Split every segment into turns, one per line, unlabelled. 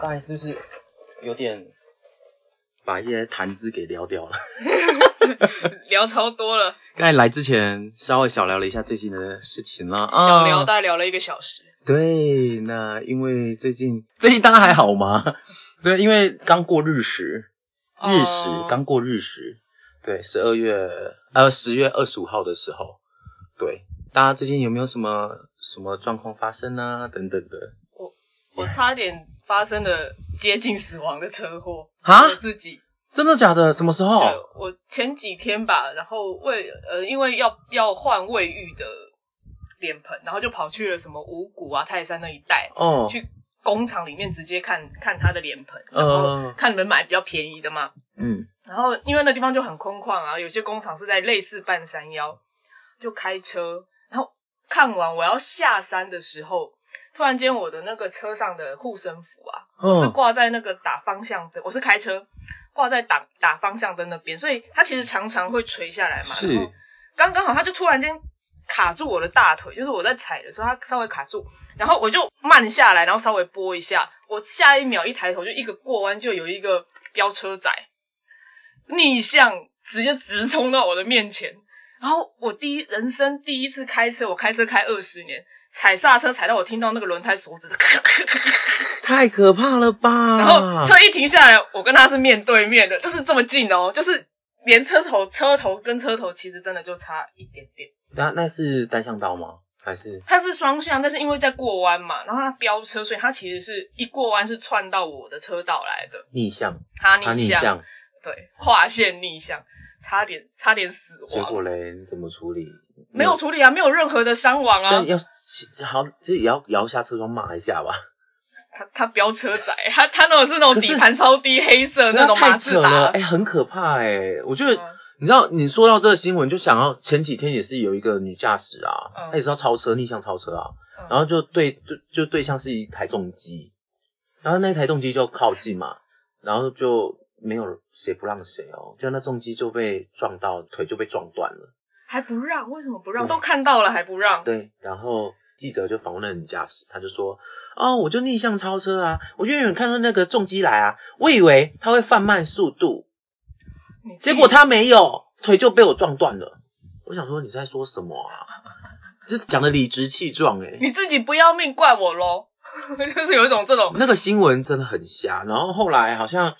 概是不是有点把一些谈资给聊掉了？
聊超多了，
刚才来之前稍微小聊了一下最近的事情啦。啊，
小聊大概聊了一个小时。
对，那因为最近最近大家还好吗？ 对，因为刚过日食，日食、
哦
刚过日食，对，十二月呃十月二十五号的时候，对，大家最近有没有什么什么状况发生啊？等等的
我差点发生了接近死亡的车祸，
啊
我自己。
真的假的？什么时候？
对，我前几天吧，然后卫呃，因为要要换卫浴的脸盆，然后就跑去了什么五谷啊、泰山那一带，
哦，
去工厂里面直接看看他的脸盆，然后
嗯
看你们买比较便宜的嘛。
嗯，
然后因为那地方就很空旷啊，有些工厂是在类似半山腰，就开车，然后看完我要下山的时候，突然间我的那个车上的护身符啊，我是
哦，
挂在那个打方向灯，我是开车挂在打打方向灯那边，所以它其实常常会垂下来嘛。然后
是，
刚刚好，它就突然间卡住我的大腿，就是我在踩的时候，它稍微卡住，然后我就慢下来，然后稍微拨一下，我下一秒一抬头就一个过弯，就有一个飙车仔逆向直接直冲到我的面前，然后我第一人生第一次开车，我开车开二十年，踩刹车踩到我听到那个轮胎锁子的咔咔咔咔咔。
太可怕了吧？
然后车一停下来，我跟他是面对面的，就是这么近哦，就是连车头、车头跟车头其实真的就差一点点。
那那是单向道吗？还是
它是双向，但是因为在过弯嘛，然后它飙车，所以它其实是一过弯是窜到我的车道来的，
逆向？
它
他
逆
逆
向，
向，
对，跨线逆向，差点差点死
结
亡，
果嘞，你怎么处理？
没有处理啊，没有任何的伤亡啊
但。要好，就也要摇下车窗骂一下吧。
他他飙车仔，他他那种是那种
可是
底盘超低黑色
那
那种马
太
自
扯
达，
了，哎、很可怕哎、我觉得、
嗯
你知道，你说到这个新闻，就想到前几天也是有一个女驾驶啊，
嗯
她也是要超车，逆向超车啊，
嗯
然后就对就就对象是一台重机，然后那台重机就靠近嘛，然后就没有谁不让谁哦，就那重机就被撞到，腿就被撞断了。
还不让，为什么不让？
对
都看到了还不让，
对，然后记者就访问了女驾驶，她就说：“哦，我就逆向超车啊，我就远远看到那个重机来啊，我以为他会放慢速度，
你自己
结果他没有，腿就被我撞断了。”我想说你在说什么啊？ 这讲的理直气壮欸诶、
你自己不要命怪我喽， 就是有一种这种
那个新闻真的很瞎。然后后来好像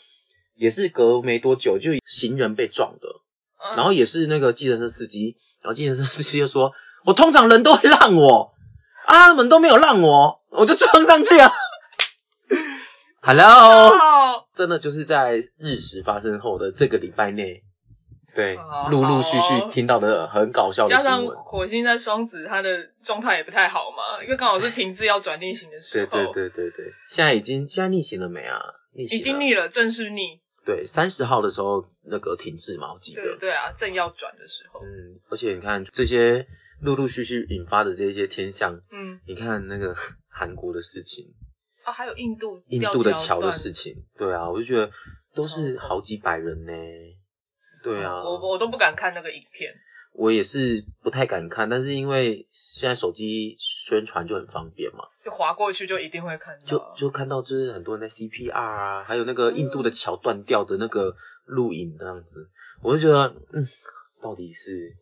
也是隔没多久，就行人被撞的，
嗯
然后也是那个计程车司机，然后计程车司机就说：“我通常人都会让我 啊，他们都没有让我，我就撞上去了。” Hello，
哦，
真的就是在日食发生后的这个礼拜内，对，
哦好
陆陆续
好
续听到的很搞笑的
加
新
上
闻。
火星在双子，它的状态也不太好嘛，因为刚好是停滞要转逆行的时
对
候，
对对对对，现在已经现在逆行了没啊？逆行
已经
了
逆了，正是逆，
对，三十号的时候那个停滞嘛，我记得。
对对啊，正要转的时候，
嗯，而且你看这些陆陆续续引发的这些天象，
嗯，
你看那个 韩国的事情，
啊，还有印度
印度的
吊
桥的
段
事情，对啊，我就觉得都是
超恐
好几百人呢。对啊，
嗯我我都不敢看那个影片，
我也是不太敢看，但是因为现在手机宣传就很方便嘛，
就划过去就一定会看到，
就就看到就是很多人在 CPR 啊，还有那
嗯
个印度的桥断掉的那个录影这样子，我就觉得，嗯，到底是，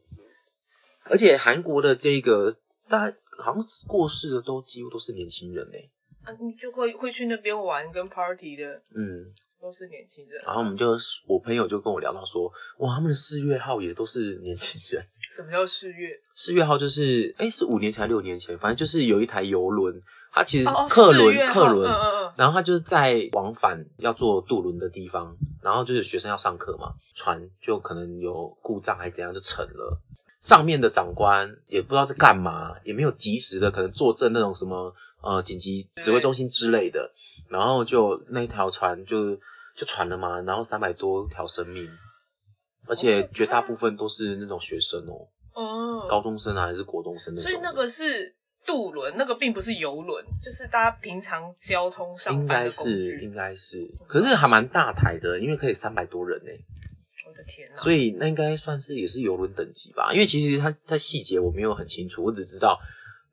而且韩国的这个大家好像过世的都几乎都是年轻人呢、
啊，你就会会去那边玩跟 party 的
嗯，
都是年轻人，
然后我们就我朋友就跟我聊到说，哇，他们的四月号也都是年轻人。
什么叫四月？
四月号就是，哎，是五年前还是六年前，反正就是有一台游轮，它其实
哦哦，
客
四
轮、
月
客
号
轮，
嗯嗯嗯。
然后他就是在往返要坐渡轮的地方，然后就是学生要上课嘛，船就可能有故障还怎样就沉了。上面的长官也不知道在干嘛，也没有及时的可能坐镇那种什么呃紧急指挥中心之类的，然后就那一条船就就船了嘛，然后三百多条生命，而且绝大部分都是那种学生哦，
哦
高中生啊还是国中生那种
所
的，
以那个是渡轮，那个并不是游轮，就是大家平常交通上
应
班
该
的工
是
具
应。该是，可是还蛮大台的，因为可以三百多人呢、欸
我的天哪！
所以那应该算是也是游轮等级吧，因为其实它它细节我没有很清楚，我只知道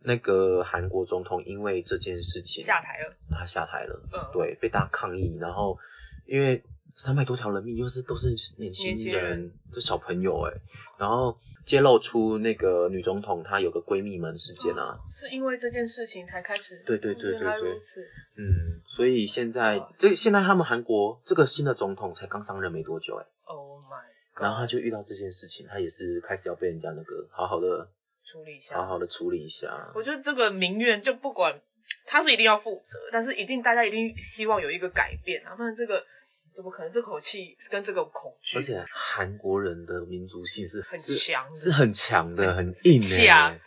那个韩国总统因为这件事情
下台了，
他下台了，
嗯
对，被大家抗议，然后因为三百多条人命，又是都是年轻
年轻
人
人，
这小朋友哎、然后揭露出那个女总统她有个闺蜜门事件啊，
是因为这件事情才开始。
对对对对
原来
对
如此。
嗯，所以现在
哇
这现在他们韩国这个新的总统才刚上任没多久哎、
Oh my god！
然后他就遇到这件事情，他也是开始要被人家那个好好的
处理一下。
好好的处理一下，
我觉得这个民怨就不管他是一定要负责，但是一定大家一定希望有一个改变啊，不然这个怎么可能这口气跟这个恐惧？
而且韩国人的民族性是
很
是
强的
是很强的，很硬的、
强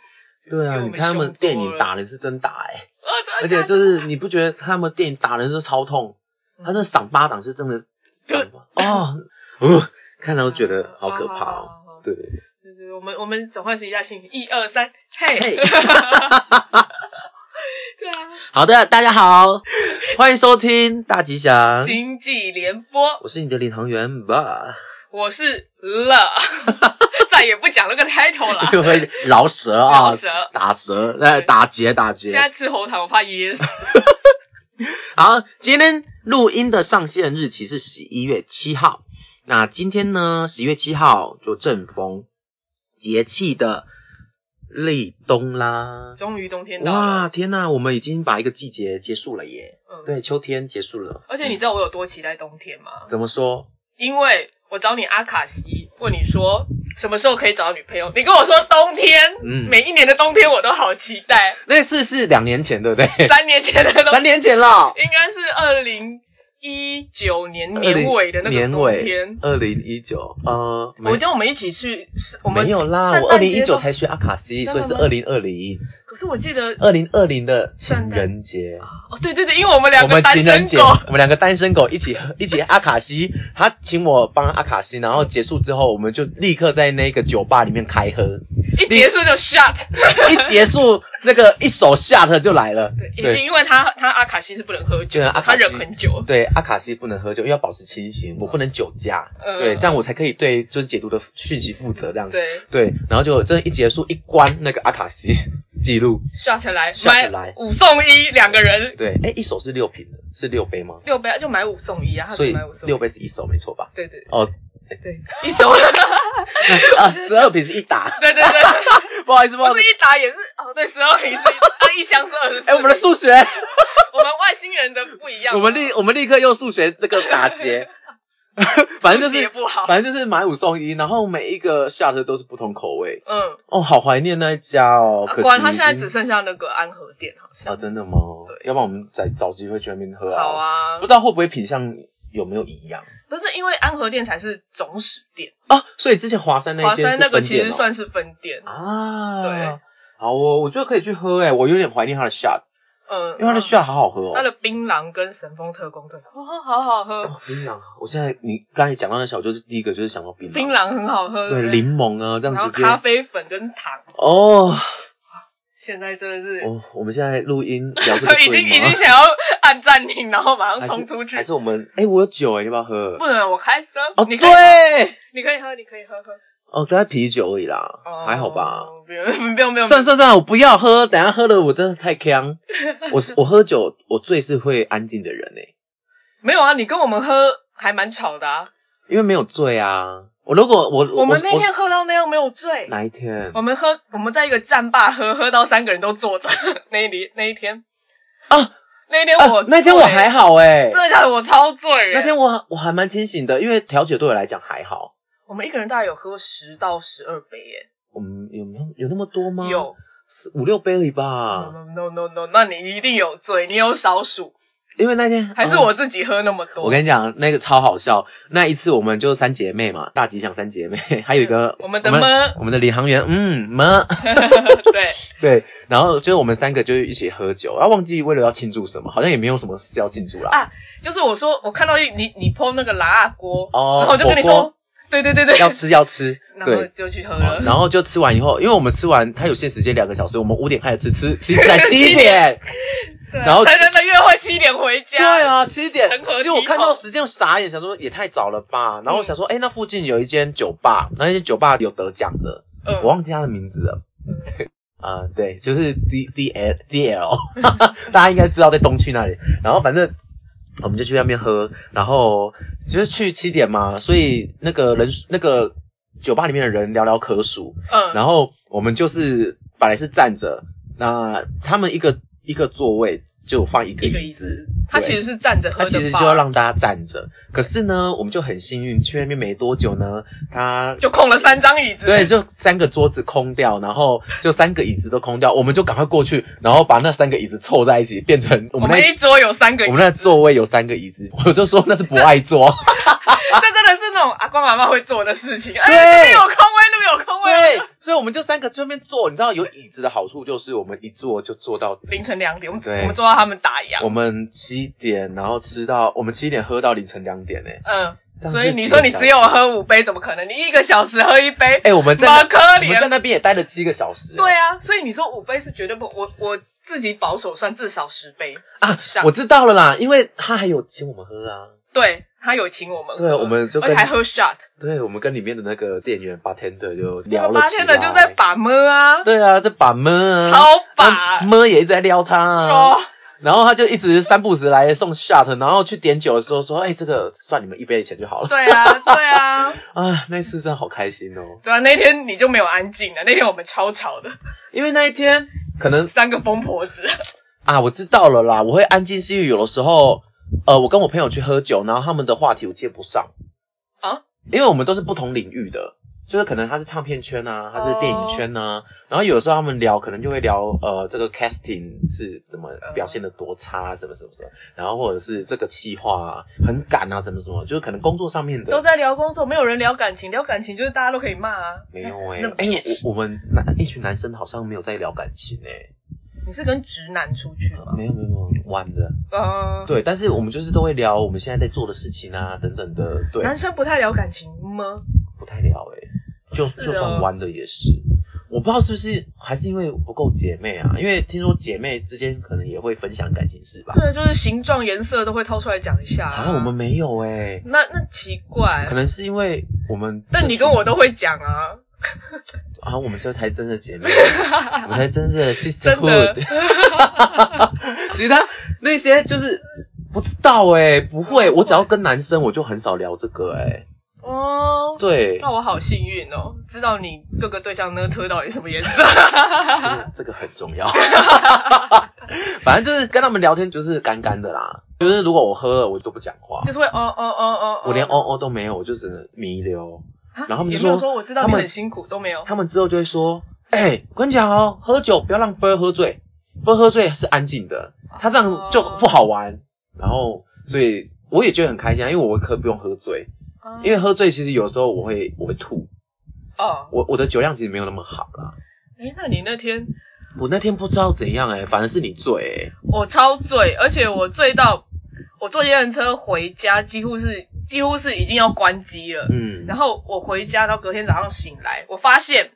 对
比
啊，
我
你
们
看他们
凶多
电影
了
打人是真打哎、
呃，
而
真的
且
假的
就是你不觉得他们电影打人是超痛，
嗯
他那赏巴掌是真的赏巴哦，哦，看到觉得好可怕
嗯好好好
哦
好。
对，
就是我们我们转换一下心情，一二三，嘿， 啊
嘿
对啊，
好的，大家好，欢迎收听大吉祥，
经济联播，
我是你的领航员吧，
我是了， 再也不讲那个 title 了。
又会饶舌哎啊，
饶舌
打舌，呃，打结打结。
现在吃喉糖，我怕 噎死。
好，今天录音的上线日期是十一月七号。那今天呢，十一月七号就正逢节气的立冬啦。
终于冬天到
哇，
了，
天呐，我们已经把一个季节结束了耶！
嗯，
对，秋天结束了。嗯
而且你知道我有多期待冬天吗？
怎么说？
因为我找你阿卡西，问你说什么时候可以找到女朋友，你跟我说冬天，
嗯
每一年的冬天我都好期待。
那次是两年前，对不对？
三年前的冬
三年前了，
应该是二零一九年年尾的那个
年
冬
尾
天。
二零一九，呃，没
我叫我们一起去，是我们
没有啦，
圣
我二
诞
零
节
一
都
九。才学阿卡西，
真
所
的
以
吗
是二零二零，
可是我记得，
二零二零的情人节。
哦，对对对，因为我们两
我
个
们
单
情人
身
节，
狗，
我们两个单身狗一起一起阿卡西，他请我帮阿卡西，然后结束之后，我们就立刻在那个酒吧里面开喝，
一结束就 shut。
一 结束那个一手下特就来了，
因因为他他阿卡西是不能喝酒
就是
的，
啊阿卡
他
西
忍很久。
对，阿卡西不能喝酒，因为要保持清醒，我不能酒驾，
嗯
对，这样我才可以对就是解读的讯息负责这样。
对
对，然后就这一结束一关那个阿卡西 记录，
，shut 来
shut 来
买五送一，两个人
对，哎，一手是六瓶的，是六杯吗？
六杯就买五送一啊，他
所
只
以
买五送一
六。杯是一手没错吧？
对对
哦，
对，一手， 对
啊，十二瓶是一打，
对 对，
不好意思，不好
不
意
是
思，
一打也是哦，对，十二瓶是一， 啊一箱是二十四。
哎，我们的数学，
我们外星人的不一样。
我们立我们立刻用数学那个打 结，反正就
也
是
不好。
反正就是买五送一，然后每一个下特都是不同口味。
嗯，
哦，好怀念那一家哦，可惜
啊果然他现在
已经
只剩下那个安和店，好像。
啊，真的吗？
对
要不然我们再找机会去那边喝
好
啊。
啊
不，知道会不会品相有没有一样
不是因为安和店才是总始店，
啊？所以之前华山那
华
一间
山
是
那个
分
其
店
实
哦
算是分店。
啊，
对。
好，我我觉得可以去喝诶、我有点怀念它的 shot，
嗯，
因为它的 shot 好好喝哦。
它的槟榔跟神风特工队，哦，好好喝，
哦槟榔，我现在你刚才讲到那小，就是第一个就是想到槟啊榔，
槟榔很好喝。
对
不
柠檬啊，这
然
样
后
直接
咖啡粉跟糖，
哦。
现在真的是。
哦，我们现在录 音聊这个
已经
对吗
已经想要按暂停，然后马上
还是
冲出去
还。是我们哎、我有酒诶、你要不要喝？
不能，我开车。
哦，对
你可以，你可以喝，你可以喝喝。
哦，大概啤酒而已啦，
哦
还好吧。？
不用 不用不用，
算算算，我不要喝，等下喝了我真的太 呛。我是我喝酒，我最是会安静的人诶、欸
没有啊，你跟我们喝还蛮吵的啊。
因为没有醉啊。我如果我
我们那
我
天喝到那样没有醉，
哪一天
我们喝我们在一个战霸喝，喝到三个人都坐着。 那一里那一天
啊？
那一天我、
啊那天我还，好诶、
真的假的？我超醉耶。
那天我我还蛮清醒的，因为调酒对我来讲还好。
我们一个人大概有喝十到十二杯耶，
我们有没有有那么多吗？啊
有。
四五六杯而已
No
吧。
no no no，那你一定有醉，你有少数，
因为那天
还是
嗯
我自己喝那么多？
我跟你讲，那个超好笑。那一次我们就三姐妹嘛，大吉祥三姐妹，还有一个
我们的
们
么
我们的领航员，嗯么，
对，
对，然后就是我们三个就是一起喝酒，然后忘记为了要庆祝什么，好像也没有什么事要庆祝啦。
啊就是我说我看到一你你泼那个辣锅，
哦
然后我就跟你
火
说，对对对对，
要吃要吃，
然后
对。
就去喝
哦
了。
然后就吃完以后，因为我们吃完，它有限时间两个小时，我们五点开始吃，吃吃起来七
七
点，
对啊
然后
成人的约会七点回家，
对啊，七点
成何。体
就我看
统嗯
到时间我傻眼，想说也太早了吧。然后我想说，哎、那附近有一间酒吧，那间酒吧有得奖的，
嗯，
我忘记它的名字了。 啊、对，就是 D D L D L，大家 应该知道在东区那里。然后反正我们就去那边喝，然后就是去七点嘛，所以那个人那个酒吧里面的人寥寥可数。
嗯，
然后我们就是本来是站着，那他们一个一个座位就放一个
一个
椅
意
子
思，，他
对
其实是站着喝
他
的吧？
其实就要让大家站着，可是呢，我们就很幸运，去那边没多久呢，他
就空了三张椅子，
对，就三个桌子空掉，然后就三个椅子都空掉，我们就赶快过去，然后把那三个椅子凑在一起，变成我
我
们
们
那
一桌有三个椅
我
子，
们那座位有三个椅子，我就说那是不爱 坐，
这真的是那种阿公阿妈会做的事情。哎，
对
这边有空位，那边有空位。
对，所以我们就三个这边坐，你知道有椅子的好处就是我们一坐就坐到
凌晨两点，我们
对
我们做到他们打烊
我。们七点，然后吃到我们七点喝到凌晨两点呢、
嗯，
这样
所以
是
你
几
说
个
你
小
只
时
有喝五杯，怎么可能？你一个小时喝一杯，
哎、我们在
妈可
那我们
怜
在那边也待了七个小时、欸
对啊，所以你说五杯是绝对不，我我自己保守算至少十杯
啊
以上
我知道了啦，因为他还有请我们喝啊，
对他有请我们喝，
对我们就
呃而
跟
且还喝 shot，
对我们跟里面的那个店员 bartender 就
我
聊
们
了
八
起
天
来，
的就在把妹啊，
对啊，这把妹啊，
超把
那妹也一直在撩他啊，
哦，
然后他就一直三不五时来送 shot，然后去点酒的时候说，哎、这个算你们一杯的钱就好了，
对啊，对啊，
啊，那一次真的好开心哦，
对啊，那天你就没有安静了，那天我们超吵的，
因为那一天可能
三个疯婆子，
啊，我知道了啦，我会安静是因为有的时候，呃，我跟我朋友去喝酒，然后他们的话题我接不上
啊，
因为我们都是不同领域的，就是可能他是唱片圈啊，
哦
他是电影圈啊然后有时候他们聊可能就会聊呃这个 casting 是怎么表现的多差、啊，什么什么什么，然后或者是这个企划、啊、很赶啊，什么什么，就是可能工作上面
都
的。
在聊工作，没有人聊感情，聊感情就是大家都可以骂啊，
没有哎、
那
哎、
bitch
我我们男一群男生好像没有在聊感情哎、
你是跟直男出去吗？
没有没有没有玩的，
呃，
对，但是我们就是都会聊我们现在在做的事情啊，等等的，对，
男生不太聊感情吗？
不太聊诶、就是
哦
就算弯的也是，我不知道是不是还是因为不够姐妹啊，因为听说姐妹之间可能也会分享感情事吧，
对，就是形状、颜色都会掏出来讲一下
啊，我们没有诶、
那那奇怪
可，能是因为我们，
但你跟我都会讲啊，
啊，我们这才真的姐 妹，我们才真正的
真的
sisterhood，其他那些就是不知道诶、不会，我只要跟男生我就很少聊这个诶、
哦。
对，
那我好幸运哦，知道你各个对象呢特到底什么颜色。
这个 这个很重要。 反正就是跟他们聊天就是干干的啦，就是如果我喝了我都不讲话
就，是会哦哦哦哦，哦
我连哦哦都没有，我就只能弥留。
啊
然后他们就
也没有
说
说我知道
他
你
们
很辛苦都没有，
他们之后就会说，哎、我跟你讲哦，喝酒不要让波儿喝醉，波儿喝醉是安静的，
哦
他这样就不好玩。然后所以我也觉得很开心，啊，因为我可不用喝醉，因为喝醉其实有时候我会我会吐，
哦，
我我的酒量其实没有那么好啦。
诶，那你那天
我那天不知道怎样哎、反而是你醉欸
我超醉，而且我醉到我坐电单车回家，几乎是几乎是已经要关机了
哎、。嗯，
然后我回家到隔天早上醒来，我发现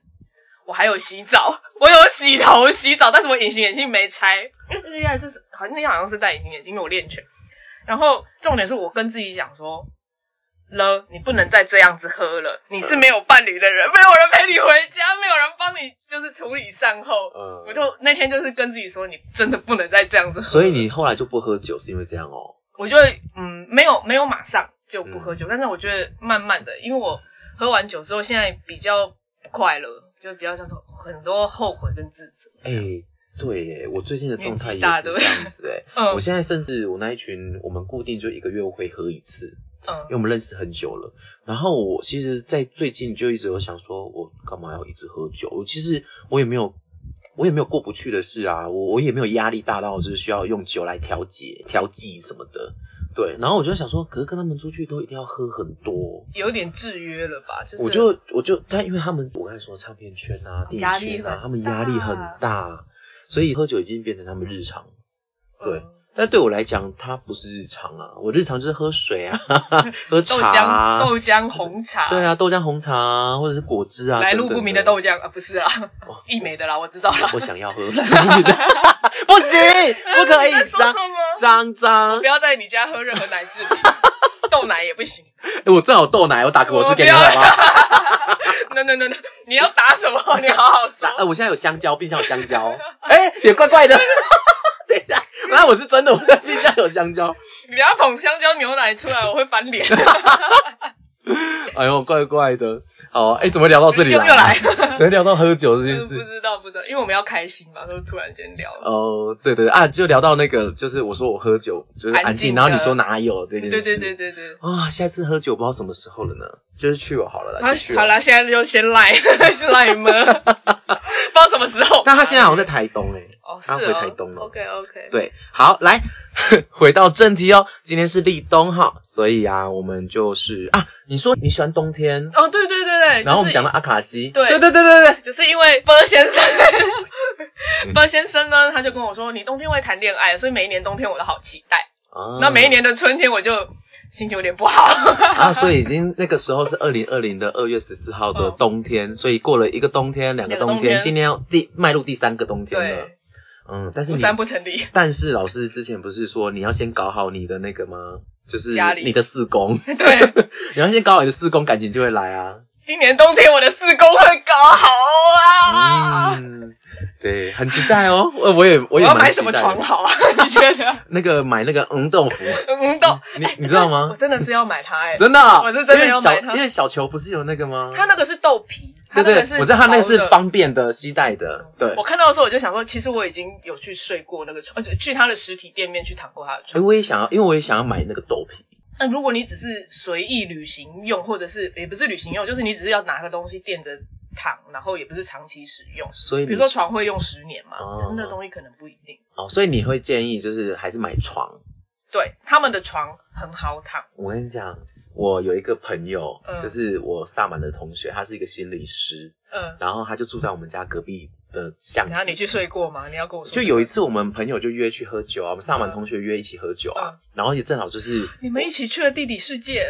我还有洗澡，我有洗头洗澡，但是我隐形眼镜没拆，因为那天还是好像那天好像是戴隐形眼镜，因为我练拳。然后重点是我跟自己讲说。了，你不能再这样子喝了。你是没有伴侣的人，没有人陪你回家，没有人帮你就是处理善后。
嗯
我就那天就是跟自己说，你真的不能再这样子喝了。
所以你后来就不喝酒是因为这样哦？
我就会嗯，没有没有马上就不喝
嗯
酒，但是我觉得慢慢的，因为我喝完酒之后，现在比较不快乐，就比较叫做很多后悔跟自责。
哎、对耶，我最近的状态也
年纪大
是这
对不对
样子哎。
嗯
我现在甚至我那一群，我们固定就一个月会喝一次，因为我
嗯，
们认识很久了。然后我其实，在最近就一直有想说，我干嘛要一直喝酒？我其实我也没有，我也没有过不去的事啊，我我也没有压力大到就是需要用酒来调节、调剂什么的。对，然后我就想说，可是跟他们出去都一定要喝很多，
有点制约了吧？就是
我就我就，但因为他们我刚才说唱片圈啊、电
压
影
力
圈啊
很，
他们压力很大，所以喝酒已经变成他们日常。对
嗯
但对我来讲，它不是日常啊，我日常就是喝水 啊，喝
豆
茶
浆、
啊，
豆浆、红茶，
对，啊，豆浆红茶啊，或者是果汁啊，
来
等
路
等
不明的豆浆啊，不是啊
哦，
一美的啦，我知道啦。
我想要喝 来路不明的，不行，不可以
你在说什
脏
么
脏脏
不。要在你家喝任何奶制品， 豆奶也不行。
哎我正好有豆奶，我打给我
我
这
不
给你
要
好吗？
no no no no，你要打 什么？你好好
那呃，
说。
我现在有香蕉，冰箱有香蕉，哎、也怪怪的。 等一下，那我是真的，我的冰箱有香蕉。
你要捧香蕉牛奶出来，我会翻脸。
哎呦，怪怪的。好，哎、怎么聊到这里
又
来、
又来，
怎么聊到喝酒这件
嗯不
事？
知道不知道，因为我们要开心嘛，都突然间聊了。
哦，对对对啊，就聊到那个，就是我说我喝酒就是安
安静
静，
的
然后你说哪有这件
对
事？
对对对对。
啊、下次喝酒不知道什么时候了呢，就是去我好啊了啦，
好
就去我
啊好。啦，现在就先赖 先赖么？不知道什么时候。
但他现在好像在台东哎、
哦，是
他回
哦
台东了
OK OK。
对，好，来 回到正题哦，今天是立冬哈，所以啊，我们就是啊，你说你喜欢冬天，
哦，对对对对，
然后我们
就是
讲到阿卡西，
对
对对对对对，
就是因为波先生，
嗯
波先生呢，他就跟我说，你冬天会谈恋爱，所以每一年冬天我都好期待。
啊，
那、每一年的春天我就心情有点不好。
啊，所以已经那个时候是二零二零的二月十四号的
嗯
冬天，所以过了一个冬天，两个
两个
冬
冬天
今天要第迈入第三个冬天了，
对，
嗯，但是
不
你
三不 成立，
但是老师之前不是说你要先搞好你的那个吗？就是
家里
你的四 宫，
对。
你要先搞好你的四宫，感情就会来啊。
今年冬天我的四宫会搞好啊！
嗯，对，很期待哦。呃，我也我
我
也
要
蛮
买
期
什
待
么
的
床好啊？ 你觉得？
那个买那个嗯豆腐，
嗯，懂。
你你知道
我
吗？
真的是要买它哎、
真的啊，
我是真的
因为
要
小
买它
因为小球不是有那个吗？
它那个是豆皮，它
对对
那个是，
我知道它那个是
薄的。
方便的携带的，对
我。看到的时候我就想说，其实我已经有去睡过那个床，呃去他的实体店面去躺过他的
哎，
床。
我也想要，因为我也想要买那个豆皮。
那、如果你只是随意旅行用，或者是也不是旅行用，就是你只是要拿个东西垫着躺，然后也不是长期使用。
所以
比
你
如说床会用十年嘛，
哦
但是那东西可能不一定。
哦，所以你会建议就是还是买床。
对，他们的床很好躺，
我跟你讲，我有一个朋友，
嗯
就是我萨满的同学，他是一个心理师，
嗯。
然后他就住在我们家隔壁的巷
然后你
子。
去睡过吗？你要跟我说这
就
个。
有一次，我们朋友就约去喝酒啊，我们萨满同学约一起喝酒
嗯
啊，然后也正好就是
你们一起去了地底世界，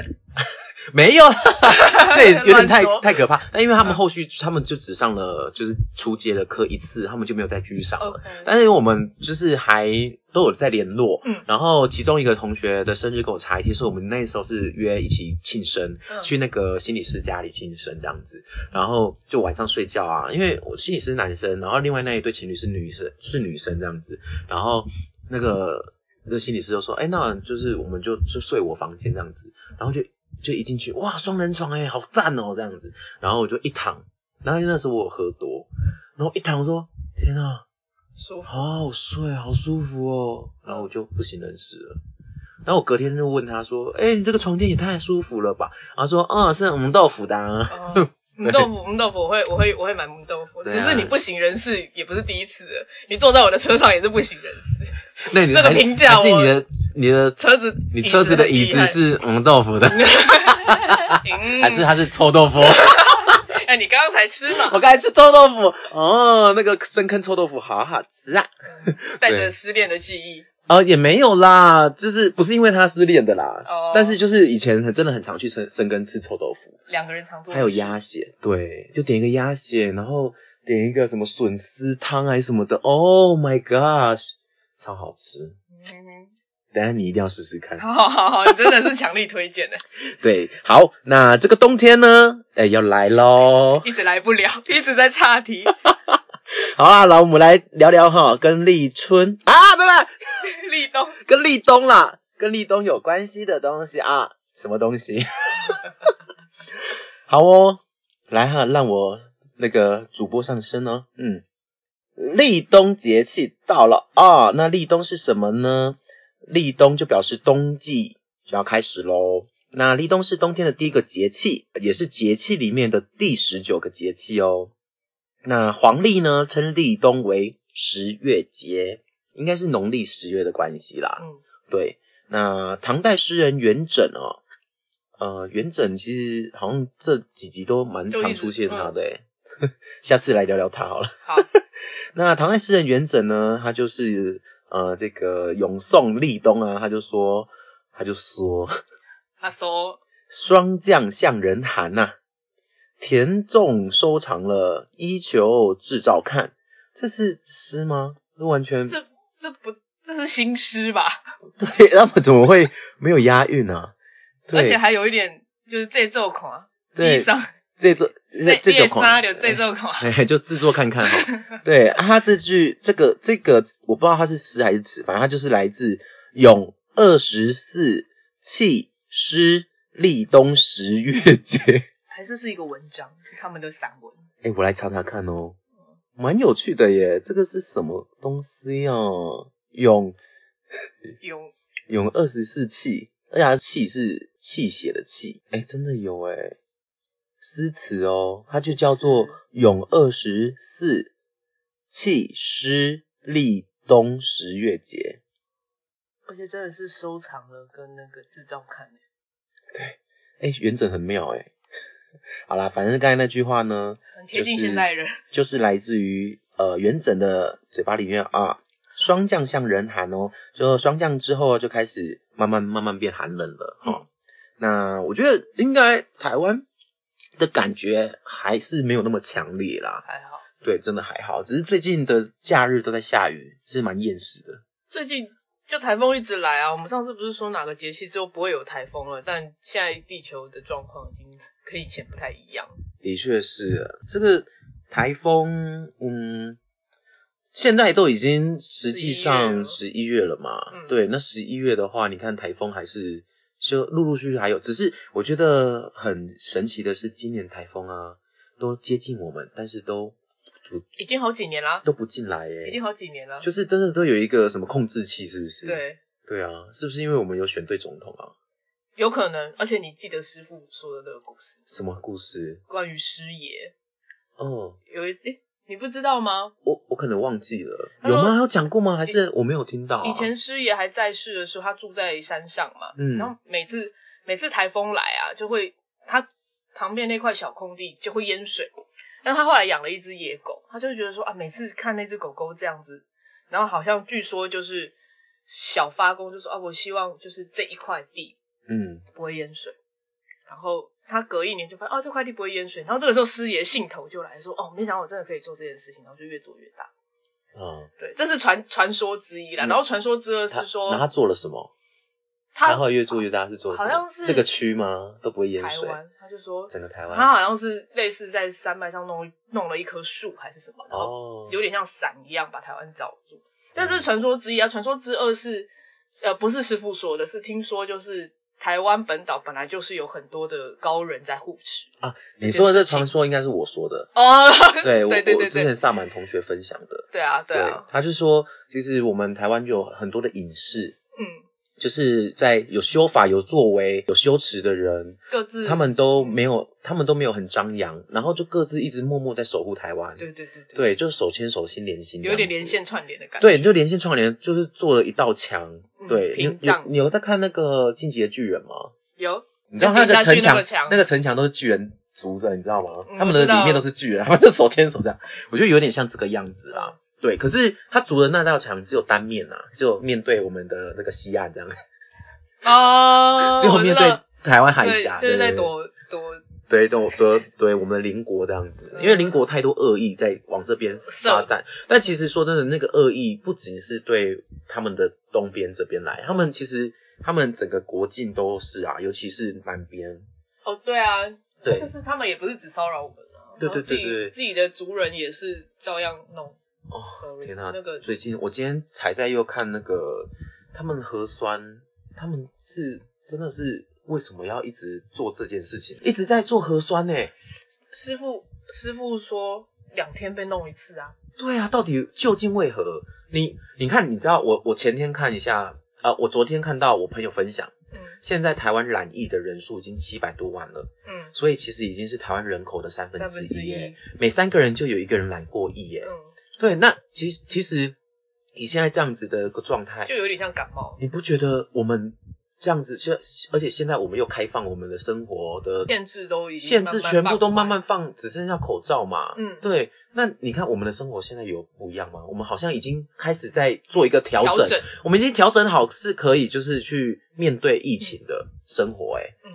没有， 那也有点太
乱说
太可怕。但因为他们
嗯
后续他们就只上了就是初阶的课一次，他们就没有再继续上了。
OK
哦但是因为我们就是还都有在联络，
嗯
然后其中一个同学的生日跟我差一天，所以我们那时候是约一起庆生，
嗯
去那个心理师家里庆生这样子，然后就晚上睡觉啊，因为我心理师是男生，然后另外那一对情侣是女生，是女生这样子，然后那个那个心理师就说，哎、那就是我们就就睡我房间这样子，然后就就一进去，哇，双人床哎、好赞哦这样子，然后我就一躺，然后那时候我有喝多，然后一躺我说，天啊！
舒服。
好好睡，好舒服哦。然后我就不省人事了。然后我隔天就问他说：“哎、你这个床垫也太舒服了吧？”他说：“嗯，是我们豆腐的、啊。
哦，母豆腐，母豆腐，我会，我会，我会买母豆腐。
对啊
只是你不省人事，也不是第一次了。你坐在我的车上也是不省人事，
那你的
这个
还
评价
还是
我
你的你的
车子，
你车子的椅子是嗯豆腐的，
很厉害，
还
嗯
是它是臭豆腐？
哎，你刚刚才吃嘛，
我刚才吃臭豆腐哦，那个深坑臭豆腐好好吃啊。
带着失恋的记忆，
哦，也没有啦，就是不是因为他失恋的啦，
哦
但是就是以前很真的很常去深深坑吃臭豆腐。
两个人常做，
还有鸭血，对，就点一个鸭血，然后点一个什么笋丝汤还是什么的，Oh my gosh，超好吃。
嗯。
等一下你一定要试试看。
好好好好，你真的是强力推荐的，
对，好，那这个冬天呢，哎，要来喽。
一直来不了，一直在岔题。
好啦，老母来聊聊哈，跟立春啊，不不，
立冬，
跟立冬啦，跟立冬有关系的东西啊，什么东西？好哦，来哈，让我那个主播上身哦。嗯，立冬节气到了哦，那立冬是什么呢？立冬就表示冬季就要开始喽。那立冬是冬天的第一个节气，也是节气里面的第十九个节气哦。那黄历呢，称立冬为十月节，应该是农历十月的关系啦。
嗯，
对，那唐代诗人元稹哦，呃，元稹其实好像这几集都蛮
就一
常
直嗯
出现他的欸，下次来聊聊他好了。
好，
那唐代诗人元稹呢，他就是呃这个咏颂立冬啊，他就说他就说
他说
霜降向人寒呐、田种收藏了，衣裘制造看，这是诗吗？这完全
这这不这是新诗吧？
对，他们怎么会没有押韵啊？对
而且还有一点就是这奏款，
对
上
这这这这种恐
那就这种恐，
哎，就制作看看哈。对，啊他这句这个这个我不知道它是诗还是词，反正它就是来自《咏二十四气诗立冬十月节》。
还是是一个文章，是他们的散文。
哎，我来查查看哦，蛮有趣的耶。这个是什么东西哦？咏
有
咏二十四气，而且它气是气血的气。哎，真的有哎，诗词哦，它就叫做
是
《咏二十四气诗立冬十月节
而且真的是收藏了跟那个制造看的。》。
哎，元稹很妙哎。 好啦，反正刚才那句话呢，
很贴近现代人，
就是来自于呃元稹的嘴巴里面啊，霜降向人寒哦，就霜降之后啊就开始慢慢慢慢变寒冷了哈、哦那我觉得应该台湾的感觉还是没有那么强烈啦，
还好。
对，真的还好，只是最近的假日都在下雨，是蛮厌世的。
最近就台风一直来啊，我们上次不是说哪个节气之后不会有台风了？但现在地球的状况已经跟以前不太一样。
的确是这个台风，嗯，现在都已经实际上十
11
一月了嘛，
嗯
对，那十一月的话，你看台风还是就陆陆续续还有，只是我觉得很神奇的是，今年台风啊都接近我们，但是都
已经好几年啦，
都不进来
已经
耶，
好几年啦。
就是真的都有一个什么控制器，是不是？，
对，
对啊，是不是因为我们有选对总统啊？
有可能。而且你记得师傅说的那个故事，
什么故事？
关于师爷，
哦，
有一次、诶你不知道吗？
我我可能忘记了，
他
有
说
吗？有讲过吗？还是我没有听到啊、
以前师爷还在世的时候，他住在山上嘛，
嗯
然后每次每次台风来啊，就会他旁边那块小空地就会淹水。但他后来养了一只野狗，他就觉得说啊，每次看那只狗狗这样子，然后好像据说就是小发功就说啊，我希望就是这一块地
嗯。
不会淹水。然后他隔一年就发现哦，这块地不会淹水。然后这个时候师爷兴头就来说哦，没想到我真的可以做这件事情，然后就越做越大。
嗯，
对，这是传传说之一啦。
嗯
然后传说之二
他
是说
那他做了什么？
他
后来越做越大是做了什么
好像是
这个区吗？都不会淹
台
水，
湾，他就说
整个台湾
他好像是类似在山脉上弄一弄了一棵树还是什么，然后
哦，嗯
有点像伞一样把台湾罩住。但这是传说之一啊，传说之二是呃不是师傅说的，是听说就是台湾本岛本来就是有很多的高人在护持
啊，
这
你
件
说的这
事情
传说应该是我说的，
哦，
对我
对对
我
对
之前
对，
萨满同学分享的，
对啊对啊，
他就说其实我们台湾就有很多的隐士，
嗯，
就是在有修法、有作为、有修持的人，
各自
他们都没有，他们都没有很张扬，然后就各自一直默默在守护台湾，
对对对对，
对，就手牵手、心连心这
有
样子，
点连线串联的感觉，
对，就连线串联，就是做了一道墙。
嗯
对，你
屏
你
障
你有在看那个《进击的巨人》吗？
有
你知道他的城
那
墙
个墙，
那个城墙都是巨人族的，你知道吗？
嗯
他们的
我知道
里面都是巨人，他们就手牵手这样，我觉得有点像这个样子啦。对，可是他筑的那道墙只有单面啊，只有面对我们的那个西岸这样，
哦，
只有
我知
面
道
对台湾海
对，
峡，
就是在
对
躲躲
对，对对对，我们的邻国这样子，
嗯
因为邻国太多恶意在往这边
哦
发散，但其实说真的，那个恶意不仅是对他们的东边这边来，他们其实他们整个国境都是啊，尤其是南边，
哦，对啊，
对
就是他们也不是只骚扰我们啊，
对
然
对
后
对对
自己自己的族人也是照样弄。
哦，
Sorry，
天哪、
那个
最近我今天才在又看那个他们核酸，他们是真的是为什么要一直做这件事情，一直在做核酸呢、欸
师傅师傅说两天被弄一次啊，
对啊，到底究竟为何？你你看，你知道我我前天看一下，呃，我昨天看到我朋友分享，
嗯
现在台湾染疫的人数已经七百多万了，
嗯，
所以其实已经是台湾人口的三分
三
之
分之
一
一
耶，，每三个人就有一个人染过疫耶。
嗯，
对，那其实其实你现在这样子的一个状态，
就有点像感冒。
你不觉得我们这样子现，而且现在我们又开放我们的生活的
限制都已经
限制
慢慢
全部都
放
慢慢放，只剩下口罩嘛。
嗯
对。那你看我们的生活现在有不一样吗？我们好像已经开始在做一个调整，
调整，
我们已经调整好是可以就是去面对疫情的生活、欸。
嗯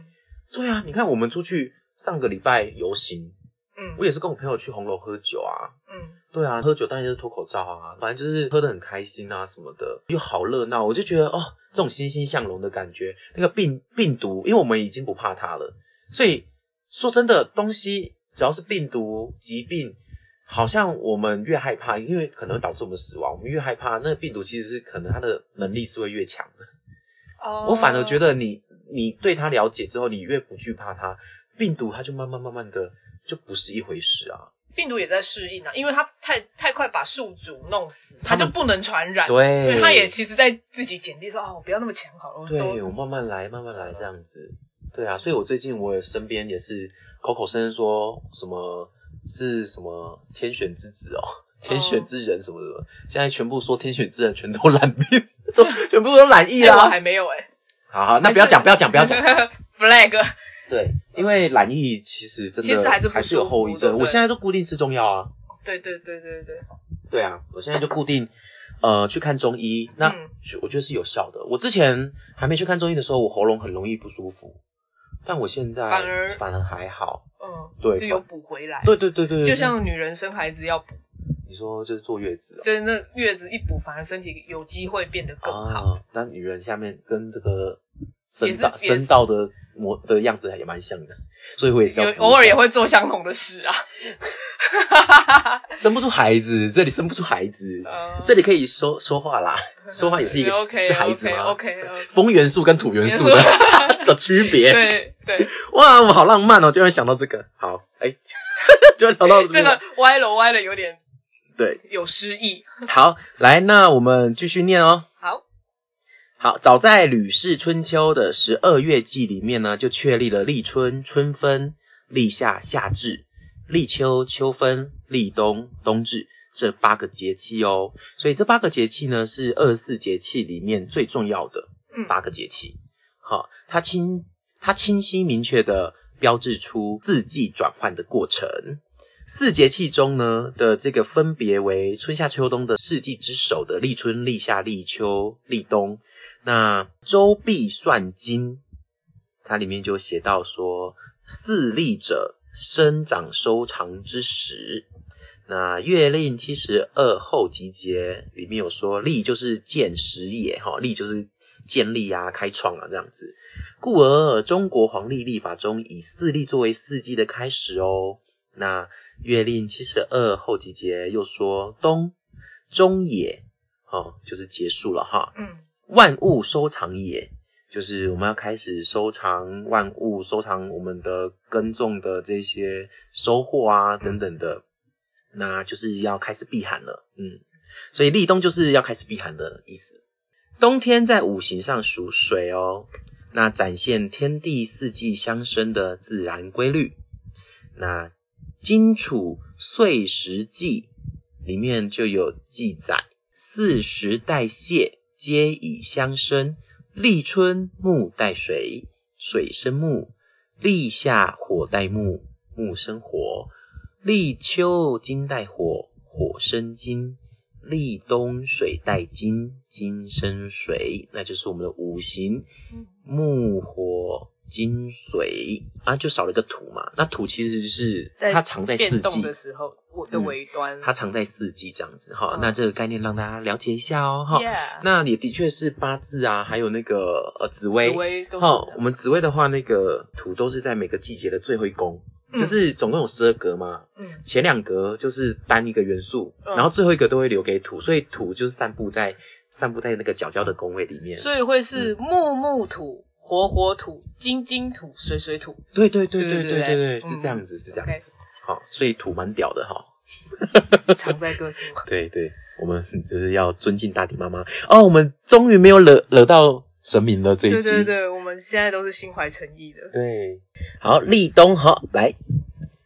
对啊，你看我们出去上个礼拜游行，
嗯，
我也是跟我朋友去红楼喝酒啊。
嗯
对啊，喝酒当然就是脱口罩啊，反正就是喝得很开心啊什么的，又好热闹，我就觉得哦，这种欣欣向荣的感觉，那个病病毒，因为我们已经不怕它了，所以说真的，东西只要是病毒疾病，好像我们越害怕，因为可能会导致我们死亡，我们越害怕，那个病毒其实是可能它的能力是会越强的。
哦
我反而觉得你你对它了解之后，你越不惧怕它，病毒它就慢慢慢慢的就不是一回事啊。
病毒也在适应啊，因为它太太快把宿主弄死，它
他
就
们
不能传染，
对
啊所以它也其实在自己减力说啊，我不要那么强好了，我
对，
都
我慢慢来，慢慢来这样子。对啊，所以我最近我也身边也是口口声声说什么是什么天选之子哦，天选之人什么什么，现在全部说天选之人全都染 病，都全部都染疫
哎、我
啦、
还没有哎、
好好，那不要讲，不要讲，不要讲。
flag，
对，因为染疫其实真的
其实还是不
还是有
舒服
后遗
对
症，
不
我
对
现在都固定吃中药啊。
对对对对对，
对啊，我现在就固定呃去看中医，那、
嗯
我觉得是有效的。我之前还没去看中医的时候，我喉咙很容易不舒服，但我现在
反而
反而还好。
嗯，
对
就有补回来，
对对对对，对
就像女人生孩子要补，
你说就是坐月子啊
就是那月子一补，反而身体有机会变得
哦，
更好。
啊，那女人下面跟这个
也
声
是
道
也是
声道的模的样子也蛮像的，所以我也是要
有
补一下
偶尔也会做相同的事啊，
生不出孩子，这里生不出孩子，
嗯
这里可以说说话啦，说话也是一 个
OK
是孩子
OK
吗
OK OK，
风元素跟土元素的 的区别。
对 对，哎
哇，我好浪漫哦！居然想到这个，好，哎、 居然聊到
哎这个歪了歪了，有点
对，
有诗意。
好，来，那我们继续念哦。
好，
好，早在《吕氏春秋》的十二月纪里面呢，就确立了立春、春分、立夏、夏至、立秋、秋分、立冬、冬至这八个节气哦。所以这八个节气呢，是二十四节气里面最重要的。
嗯，
八个节气。好、它清它清晰明确的标志出四季转换的过程。四节气中呢的这个分别为春夏秋冬的四季之首的立春、立夏、立秋、立冬。那《周髀算经》它里面就写到说：“四立者，生长收藏之时。”那《月令七十二候集结》里面有说，立就是建始也，哈，立就是建立啊、开创啊这样子。故而中国皇历历法中以四立作为四季的开始哦。那《月令七十二候集结》又说，冬中也，哦，就是结束了哈。
嗯
万物收藏也，就是我们要开始收藏万物，收藏我们的耕种的这些收获啊等等的，那就是要开始避寒了，嗯，所以立冬就是要开始避寒的意思。冬天在五行上属水哦，那展现天地四季相生的自然规律。那荆楚岁时记里面就有记载，四时代谢皆以相生，立春木带水，水生木；立夏火带木，木生火；立秋金带火，火生金；立冬水带金，金生水。那就是我们的五行
嗯
木火金水啊，就少了个土嘛。那土其实是
在
它藏在四
变动
季
的时候，我的
嗯
尾端，
它藏在四季这样子哈。
嗯
那这个概念让大家了解一下哦哈。
Yeah，
那也的确是八字啊，还有那个呃紫
紫
薇。
薇都是
好、
这样
我们紫薇的话，那个土都是在每个季节的最后一宫，
嗯
就是总共有十二格嘛，
嗯
前两格就是单一个元素，
嗯
然后最后一个都会留给土，所以土就是散布在散布在那个角角的宫位里面。
所以会
嗯
是木木土、火火土、金金土、水 水土。
对对对
对
对
对
对
对
对对，
嗯
是这样子，是这
OK
样子。好、所以土蛮屌的哈、
藏在各处。
对对，我们就是要尊敬大地妈妈哦。我们终于没有惹惹到神明了这一
对
集。
对对，我们现在都是心怀诚意的。
对，好，立冬好来，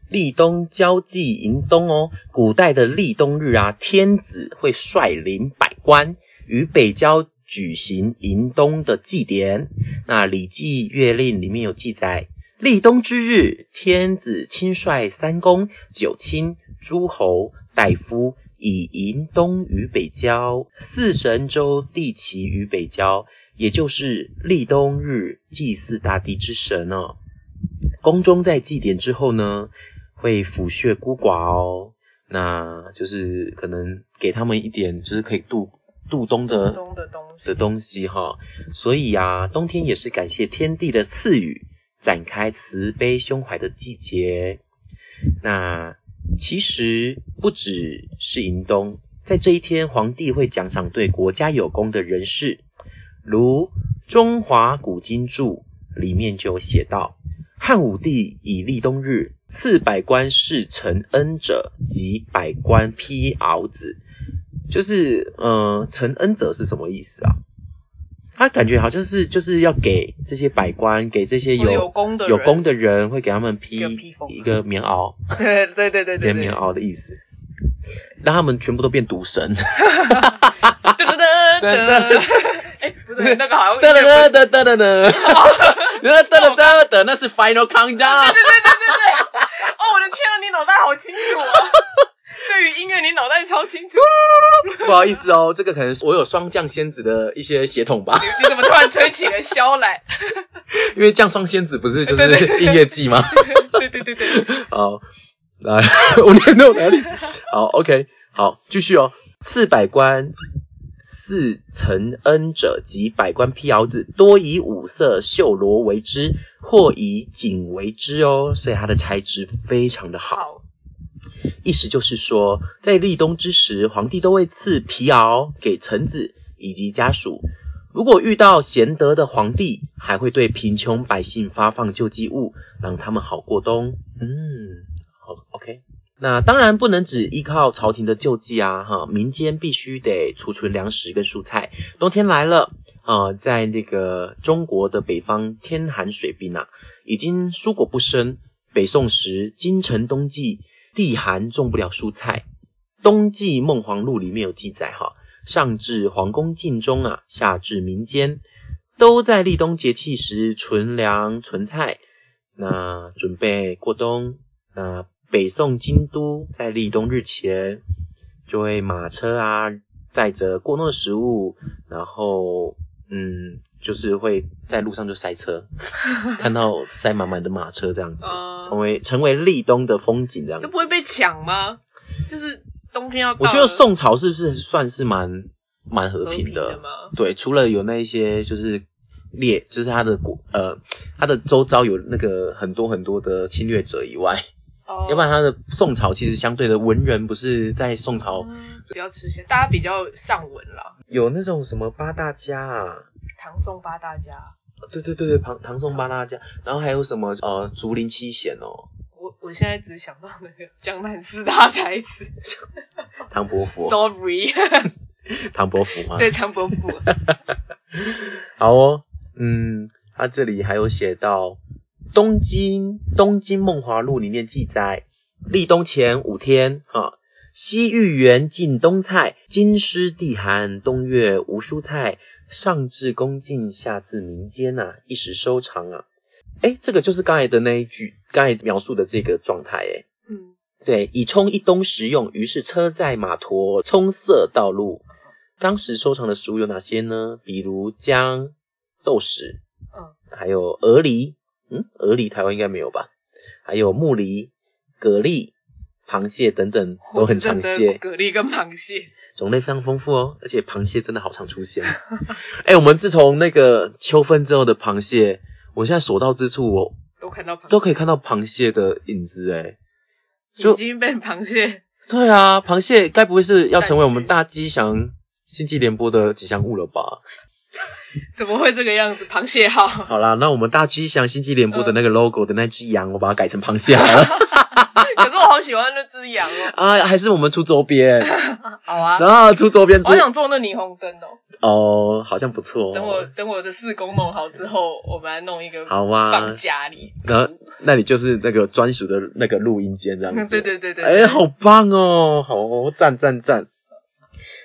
立冬交际迎冬哦。古代的立冬日啊，天子会率领百官与北郊举行迎冬的祭典。那《礼记·月令》里面有记载，立冬之日，天子亲率三公、九卿、诸侯、大夫，以迎冬于北郊。四神州地齐于北郊，也就是立冬日祭祀大地之神哦。宫中在祭典之后呢，会抚恤孤寡哦，那就是可能给他们一点，就是可以度度冬的
冬的东西
的。东西哈，所以啊，冬天也是感谢天地的赐予，展开慈悲胸怀的季节。那其实不只是迎冬，在这一天，皇帝会奖赏对国家有功的人士，如《中华古今注》里面就有写到，汉武帝以立冬日赐百官事承恩者及百官披敖子。就是，呃，承恩者是什么意思啊？他感觉好像是就是要给这些百官，给这些
或者
有
哦有功的
有
人
功的人会给他们披
一个披风
一个棉袄，
对对对对对
连
对
棉，袄的意思，让他们全部都变赌神。
哦 噔噔噔噔，哎，不对，那个好像
哒哒哒哒哒哒哒，哒哒哒哒，那是 Final Countdown。
对对对对，哦，我的天啊，你脑袋好清 楚啊！对于音乐，你脑袋超清楚。
不好意思哦，这个可能我有霜降仙子的一些血统吧，
你怎么突然吹起了箫来？
因为降霜仙子不是就
哎对对
是音乐季吗？
对对对对，
好，来， 我念到哪里？好，OK，好，继续哦。赐百官四承恩者及百官披敖子，多以五色绣罗为之，或以锦为之哦。所以它的材质非常的好。
好，
意思就是说，在立冬之时，皇帝都会赐皮袄给臣子以及家属。如果遇到贤德的皇帝，还会对贫穷百姓发放救济物，让他们好过冬。嗯，好，OK。那当然不能只依靠朝廷的救济啊，哈，民间必须得储存粮食跟蔬菜。冬天来了，呃，在那个中国的北方，天寒水冰啊，已经蔬果不生。北宋时，京城冬季地寒种不了蔬菜，《冬季梦黄录》里面有记载哈，上至皇宫禁中啊，下至民间，都在立冬节气时存粮存菜，那准备过冬。那北宋京都在立冬日前，就会马车啊载着过冬的食物，然后嗯，就是会在路上就塞车，看到塞满满的马车这样子
哦，
成为成为立冬的风景这样子
都。不会被抢吗？就是冬天要到
我
了，
觉得宋朝是不是算是蛮蛮和
嗯和
平
平
的？
的吗？
对，除了有那一些就是列，就是他的国呃，他的周遭有那个很多很多的侵略者以外，
哦
要不然他的宋朝其实相对的文人不是在宋朝
嗯不要吃咸，大家比较上文啦。
有那种什么八大家啊，
唐宋八大家，
对对对对，唐唐宋八大家，然后还有什么呃竹林七贤哦，
我我现在只想到那个江南四大才子
唐伯虎，
，sorry，
唐伯虎吗？
对江 伯虎，
好哦，嗯，他这里还有写到《东京东京梦华录》里面记载，立冬前五天，哈，西域园禁冬菜，京师地寒，冬月无蔬菜，上至宫禁，下至民间呐、一时收场啊。哎，这个就是刚才的那一句，刚才描述的这个状态，哎，
嗯，
对，以充一冬食用，于是车载马驮，充塞道路。当时收藏的食物有哪些呢？比如姜、豆豉，
嗯，
还有鹅梨，嗯，鹅梨台湾应该没有吧？还有木梨、蛤蜊、螃蟹等等，都很常
我是 真的
见，
蛤蜊跟螃蟹，
种类非常丰富哦。而且螃蟹真的好常出现。 哎，我们自从那个秋分之后的螃蟹，我现在所到之处，我
都看到螃
都可以看到螃蟹的影子，哎，
蟹，
就
已经被螃蟹
对啊，螃蟹该不会是要成为我们大吉祥星际联播的吉祥物了吧？
怎么会这个样子？螃蟹号，
好啦，那我们大吉祥星际联播的那个 logo 的那只羊，我把它改成螃蟹好 了
可是我好喜欢那只羊哦。
啊，还是我们出周边，
好啊，
然后出周边
我
出
好想做那霓虹灯哦。
哦，好像不错、
等我
哦。
等我的四宫弄好之后，我们来弄一个
好啊
放家里。
然后那里就是那个专属的那个录音间这 样子。
对对对对，
哎、好棒哦，好赞赞赞！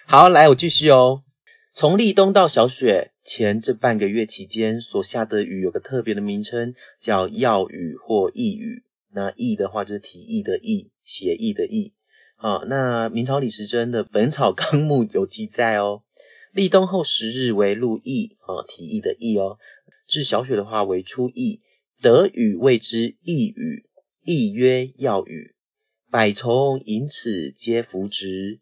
好，来我继续哦。从立冬到小雪前这半个月期间所下的雨有个特别的名称，叫药雨或异雨。那异的话就是提议的议，写意的意。啊，那明朝李时珍的《本草纲目》有记载哦。立冬后十日为露意，啊，提议的意哦。至小雪的话为初意，得雨谓之意雨，意曰药雨。百从引此皆服之，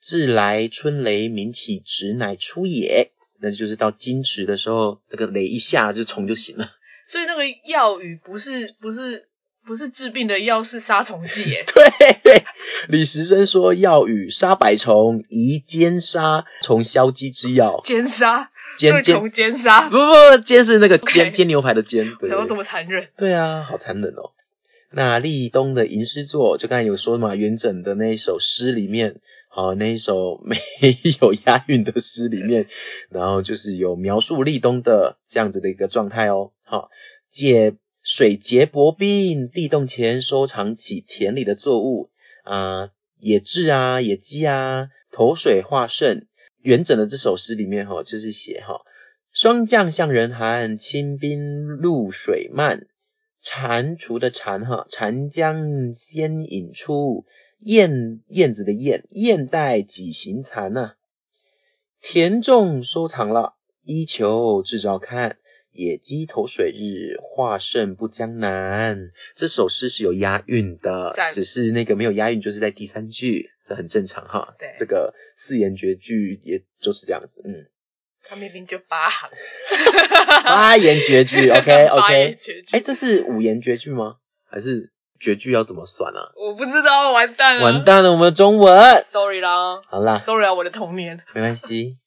自来春雷鸣起，直乃出也。那就是到金池的时候，那个雷一下就虫就醒了。。
所以那个药雨不是不是不是治病的药，是杀虫剂耶
对，李时珍说要与杀百虫，宜煎杀虫消积之药。
奸杀，
煎
对
煎
虫奸杀
不，不不，煎是那个
OK
煎煎牛排的煎，对
然后这
对
么残忍。
对啊，好残忍哦。那立冬的吟诗作，就刚才有说嘛，元稹的那一首诗里面，好、那一首没有押韵的诗里 面，然后就是有描述立冬的这样子的一个状态哦。好、解水结薄冰，地冻前收藏起田里的作物啊、野雉啊、野鸡啊，投水化盛。元稹的这首诗里面哈、就是写哈、霜降向人寒，清冰露水漫。蟾蜍的蟾哈，蟾江先引出，燕燕子的燕，燕带几行残呐、田种收藏了，衣裘制造看。野鸡投水日，化胜不江南。这首诗是有押韵的
在，
只是那个没有押韵，就是在第三句，这很正常哈。
对
这个四言绝句也就是这样子，嗯。
他明明就八行，
八言绝 句，OK
八言
OK。
绝句
哎，这是五言绝句吗？还是绝句要怎么算啊？
我不知道，完蛋了，
完蛋了，我们的中文。
，sorry 啦
好啦，
，sorry 啊，我的童年，
没关系。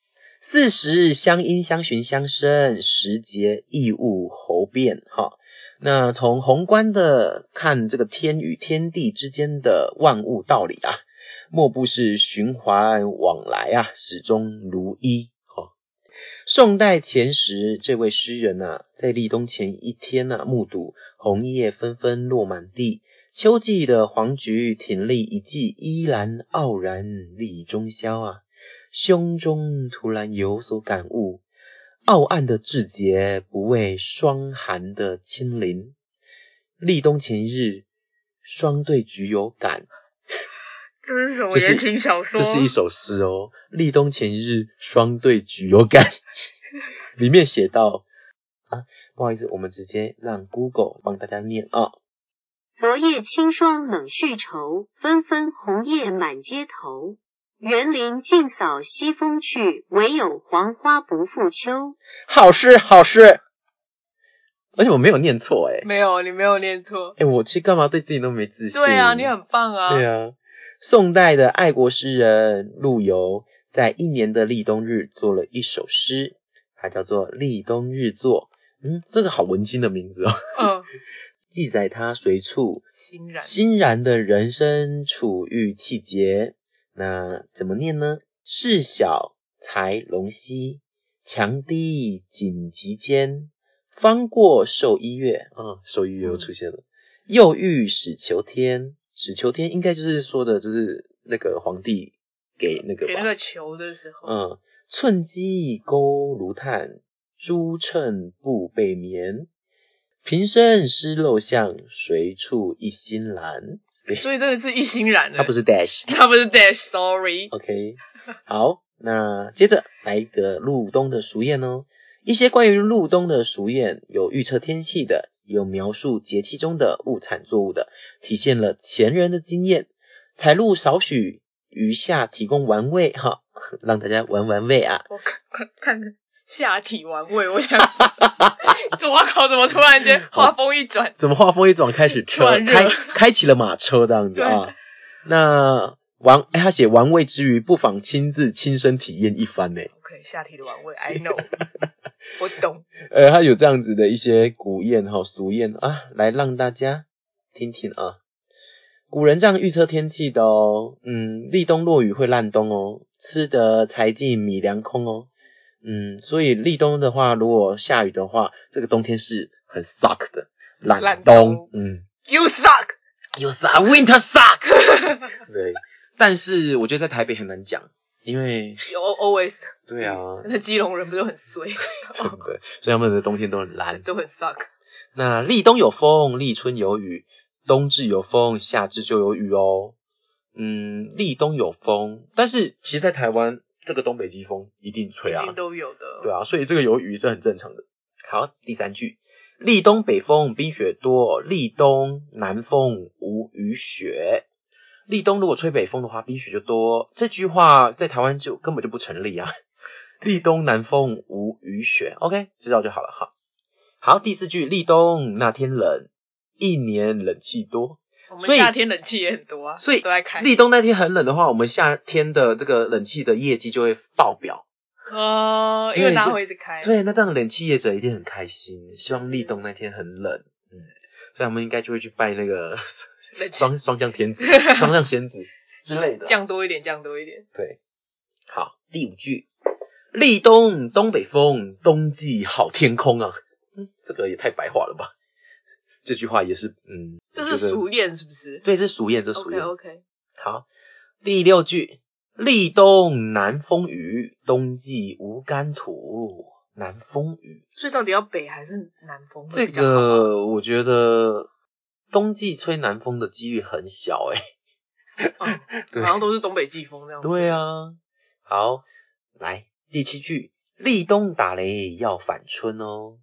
四时相因相寻相生，时节异物侯变哈。那从宏观的看这个天与天地之间的万物道理啊，莫不是循环往来啊，始终如一。哈。宋代前时，这位诗人呐、在立冬前一天呐、目睹红叶纷纷落满地，秋季的黄菊挺立一季，依然傲然立中宵啊。胸中突然有所感悟，傲岸的志节不畏霜寒的侵凌。立冬前日，霜对菊有感，
这是什么
这是
言情小说？
这是一首诗哦。立冬前日，霜对菊有感， 里面写到啊，不好意思，我们直接让 Google 帮大家念啊、
昨夜清霜冷絮愁，纷纷红叶满街头。园林尽扫西风去，唯有黄花不复秋。
好诗，好诗。而且我没有念错诶、
没有，你没有念错。
诶、我其实干嘛对自己都没自信？
对啊，你很棒啊。
对啊，宋代的爱国诗人陆游在一年的立冬日做了一首诗，它叫做《立冬日作》。嗯，这个好文青的名字哦，
嗯，
记载他随处
欣然。
欣然的人生处遇气节。那怎么念呢？事小才龙兮，强低紧急间，方过兽医月啊、兽医月又出现了。又遇始求天，始求天应该就是说的，就是那个皇帝给那个吧，
给那个球的时候，
嗯，寸鸡钩如炭，朱衬布被棉。平生失陋巷，谁处一心兰？所以
所以真的是一心然的。
它不，是 dash。
他不是 dash，sorry。
OK，好，那接着来一个入冬的俗谚哦。一些关于入冬的俗谚，有预测天气的，有描述节气中的物产作物的，体现了前人的经验。财路少许，余下提供玩味哈， 让大家玩玩味啊。
我看看看下体玩味，我想，怎么搞？怎么突然间话锋一转？
怎么画风一转开始车
突然热
开开启了马车这样子啊？那玩哎，他写玩味之余，不妨亲自亲身体验一番呢。
OK，下体的玩味，I know，我懂。
呃，他有这样子的一些古谚哈、俗谚啊，来让大家听听啊。古人这样预测天气的哦，嗯，立冬落雨会烂冬哦，吃得柴进米粮空哦，嗯，所以立冬的话，如果下雨的话，这个冬天是很 suck 的，
烂
懒
冬
冬，嗯
You suck，
，You suck, winter suck，对，但是我觉得在台北很难讲，因为
有 always。
对 啊，
那基隆人不是很衰，
真的，所以他们的冬天都很烂。
都很 suck。
那立冬有风，立春有雨，冬至有风，夏至就有雨哦。嗯，立冬有风，但是其实在台湾这个东北季风一定吹啊
一，定都有的。
对啊，所以这个有雨是很正常的。好，第三句，立冬北风冰雪多，立冬南风无雨雪。立冬如果吹北风的话，冰雪就多。这句话在台湾就根本就不成立啊。 立冬南风无雨雪，OK，知道就好了哈。好，第四句，立冬那天冷，一年冷气多。
我
所
们
以
夏天冷气也很多啊，
所以
都在开。
立冬那天很冷的话，我们夏天的这个冷气的业绩就会爆表。
哦，因为
对
大家
就
会一直开。
对，那这样冷气业者一定很开心。希望立冬那天很 冷，嗯，所以我们应该就会去拜那个
冷气
双双降 天子、双降仙子之类的。
降多一点，降多一点。
对，好，第五句，立冬东北风，冬季好天空啊。嗯，这个也太白话了吧？这句话也是，嗯，
这
我
是
觉得
熟练是不是
对，这是俗谚，这是俗
？OK
谚。
OK，
好，第六句，立冬南风雨，冬季无干土。南风雨，
所以到底要北还是南风会
这
比较好？
个我觉得冬季吹南风的几率很小 诶、
嗯
对
好像都是东北季风这样。
对啊，好，来第七句，立冬打雷要反春哦，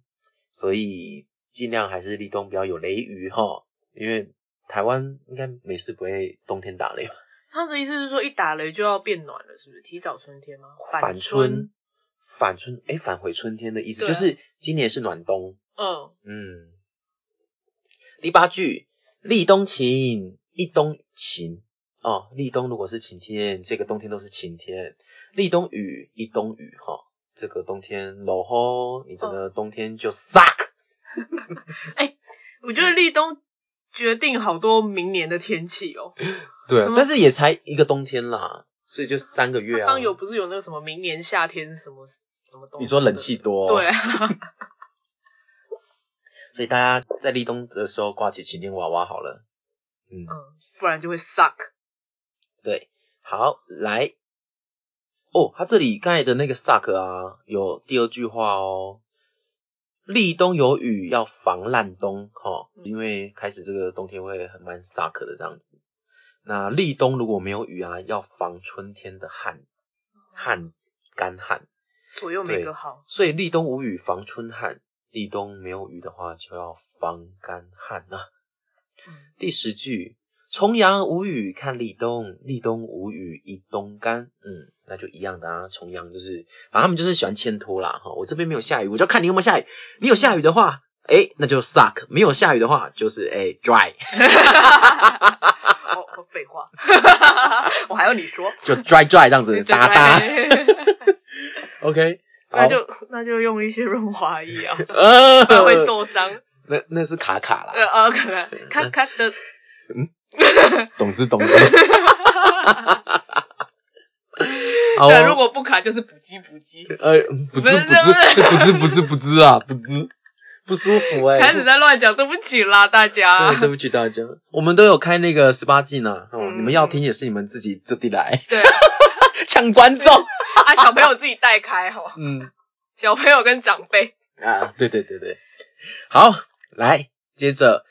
所以尽量还是立冬不要有雷雨哈，因为台湾应该没事不会冬天打雷吧？
他的意思是说，一打雷就要变暖了，是不是？提早春天吗？
反
春
春，，反春，哎，返回春天的意思、
对啊
就是今年是暖冬，
嗯，
嗯。第八句，立冬晴，一冬晴哦，立冬如果是晴天，这个冬天都是晴天；立冬雨，一冬雨哈、这个冬天落后，你整个冬天就 suck。
我觉得立冬决定好多明年的天气哦。
对啊
什么
但是也才一个冬天啦，所以就三个月啊。
他刚有不是有那个什么明年夏天什么什么东西？
你说冷气多、
对啊，
所以大家在立冬的时候挂起晴天娃娃好了。嗯，
嗯，不然就会 suck。
对，好，来，哦，他这里盖的那个 suck 啊，有第二句话哦，立冬有雨要防烂冬哈、哦，因为开始这个冬天会很蛮 suck 的这样子。那立冬如果没有雨啊，要防春天的旱旱干旱，
左右每个好，
所以立冬无雨防春旱，立冬没有雨的话就要防干旱啊。
嗯
第十句，重阳无雨看立冬，立冬无雨一冬干。嗯，那就一样的啊。重阳就是，反正他们就是喜欢牵拖啦。哈，我这边没有下雨，我就看你有没有下雨。你有下雨的话，哎、那就 suck；没有下雨的话，就是哎、dry，
哦，我 废话，我还要你说，
就 dry dry 这样 子哒哒。OK，
那
好，
就那就用一些润滑液啊，
呃
不然会受伤。
那那是卡卡啦。
呃呃，可能咔咔的，
懂之 懂之。好
对，
哦，
如果不卡就是补鸡补鸡。
呃不知不知是不知不知不知啊不知 不舒服哎、
开始啊在乱讲，对不起啦，大家
对，。对不起大家，我们都有开那个十八禁呢、哦，
嗯
你们要听也是你们自己自己来
对
抢观众。
啊，小朋友自己带开哈，
嗯
小朋友跟长辈。
啊，对对对对，好，来接着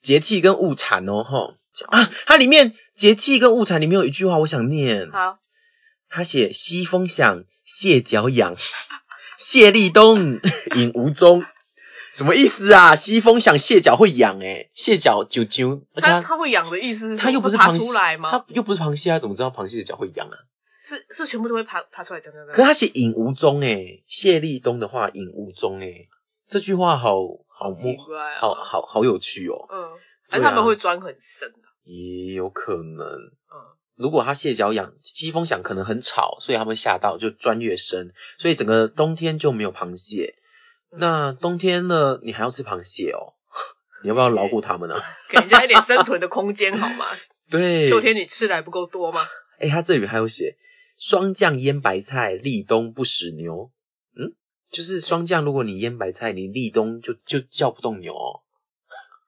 节气跟物产哦，吼啊，它里面节气跟物产里面有一句话我想念，
好，
他写西风响，蟹脚痒，蟹立冬，影无踪。什么意思啊？西风响，蟹脚会痒哎、蟹脚啾啾，而且
他
它
他会痒的意思是什么
它又不是
会爬
螃蟹
出来吗？
它又不是螃蟹啊，怎么知道螃蟹的脚会痒啊？
是是全部都会爬爬出来，真的真
可是
的。
他写影无踪哎、谢立冬的话影无踪哎、这句话好好
奇
莫
怪啊
好好好有趣哦，
嗯，
对
但
啊
他们会钻很深的。
也有可能。
嗯，
如果他蟹脚痒，西风响可能很吵，所以他们吓到就钻越深，所以整个冬天就没有螃蟹。那冬天呢，你还要吃螃蟹哦， 你要不要饶过他们呢、啊？
给人家一点生存的空间好吗？
对，
秋天你吃的还不够多吗？
哎，他这里还有写霜降腌白菜，立冬不使牛。嗯，就是霜降，如果你腌白菜，你立冬就就叫不动牛哦。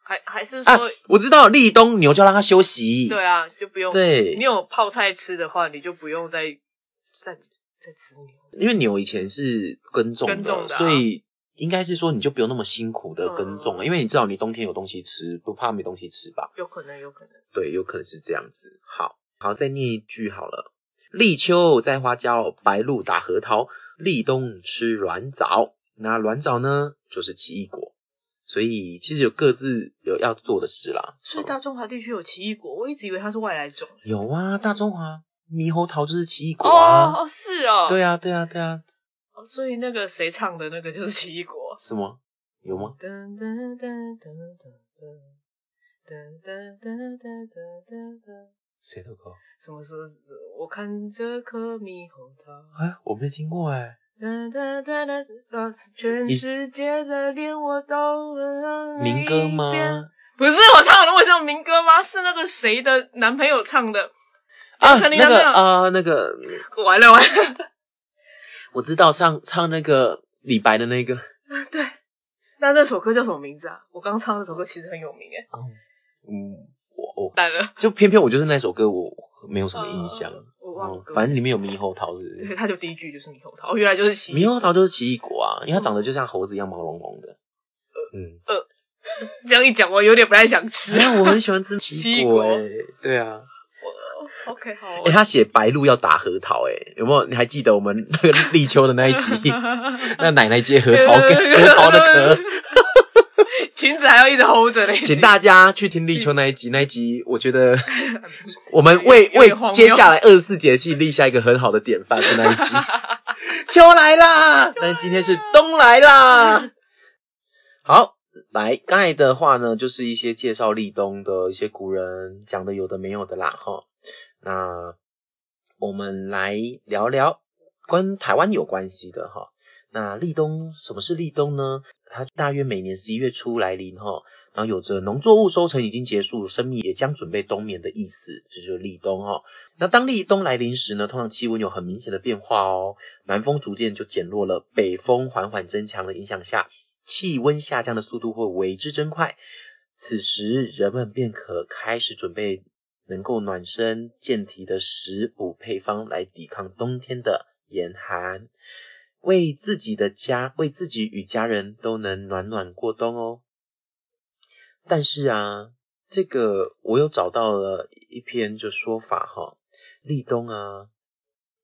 还还是
啊
说，
我知道立冬牛就要让它休息。
对啊，就不用。
对
你有泡菜吃的话，你就不用再再再吃牛。
因为牛以前是耕种的，
耕种的啊
所以应该是说你就不用那么辛苦的耕种了，
嗯
因为你知道你冬天有东西吃，不怕没东西吃吧？
有可能，有可能。
对，有可能是这样子。好，好，再念一句好了。立秋摘花椒，白露打核桃，立冬吃软枣。那软枣呢，就是奇异果。所以其实有各自有要做的事啦。
所以大中华地区有奇异果，我一直以为它是外来种。
有啊，大中华猕猴桃就是奇异果啊。
哦，是哦。
对啊，对啊，对啊，
哦，所以那个谁唱的那个就是奇异果。
是吗？有吗？
噔噔噔噔噔噔，噔噔噔噔噔噔噔，
谁的歌？
什么时候？我看这颗猕猴桃。
哎，我没听过哎、
哒哒哒哒哒，全世界的脸我都闻
民歌吗？
不是我唱的，我唱民歌吗？是那个谁的男朋友唱的？
啊，
陈琳
那个
娜
啊、那个
完了完了，
我知道，唱唱那个李白的那个。
对。那那首歌叫什么名字啊？我刚唱那首歌其实很有名诶，
嗯，我我
来了，
就偏偏我就是那首歌，我没有什么印象。
呃我忘了
嗯
歌名。
反正里面有猕猴桃，是不
对，
是？
他就第一句就是猕猴桃，哦，原来就是奇异
猕猴桃就是奇异果啊，因为它长得就像猴子一样毛茸茸的。嗯，
这样一讲，我有点不太想吃。
哎呀，我很喜欢吃奇
奇异
异果
果
哎、对啊。
我 OK 好，
哎、他写白鹭要打核桃哎、有没有？你还记得我们那个立秋的那一 集？那奶奶接核桃跟核桃的壳，
裙子还要一直 hold 着嘞。
请大家去听立秋那一集。那一集我觉得
嗯
我们
有
为
嗯点有
为
点荒谬
接下来二十四节气立下一个很好的典范是那一集。秋来啦，但今天是冬来啦。好，来，刚才的话呢，就是一些介绍立冬的一些古人讲的有的没有的啦，哈。那我们来聊聊跟台湾有关系的哈。那立冬，什么是立冬呢？它大约每年十一月初来临哈，然后有着农作物收成已经结束，生米也将准备冬眠的意思，这就是立冬哈。那当立冬来临时呢，通常气温有很明显的变化哦，南风逐渐就减弱了，北风缓缓增强的影响下，气温下降的速度会为之增快。此时，人们便可开始准备能够暖身健体的食补配方，来抵抗冬天的严寒，为自己的家、为自己与家人都能暖暖过冬哦。但是啊，这个我有找到了一篇就说法哈，立冬啊，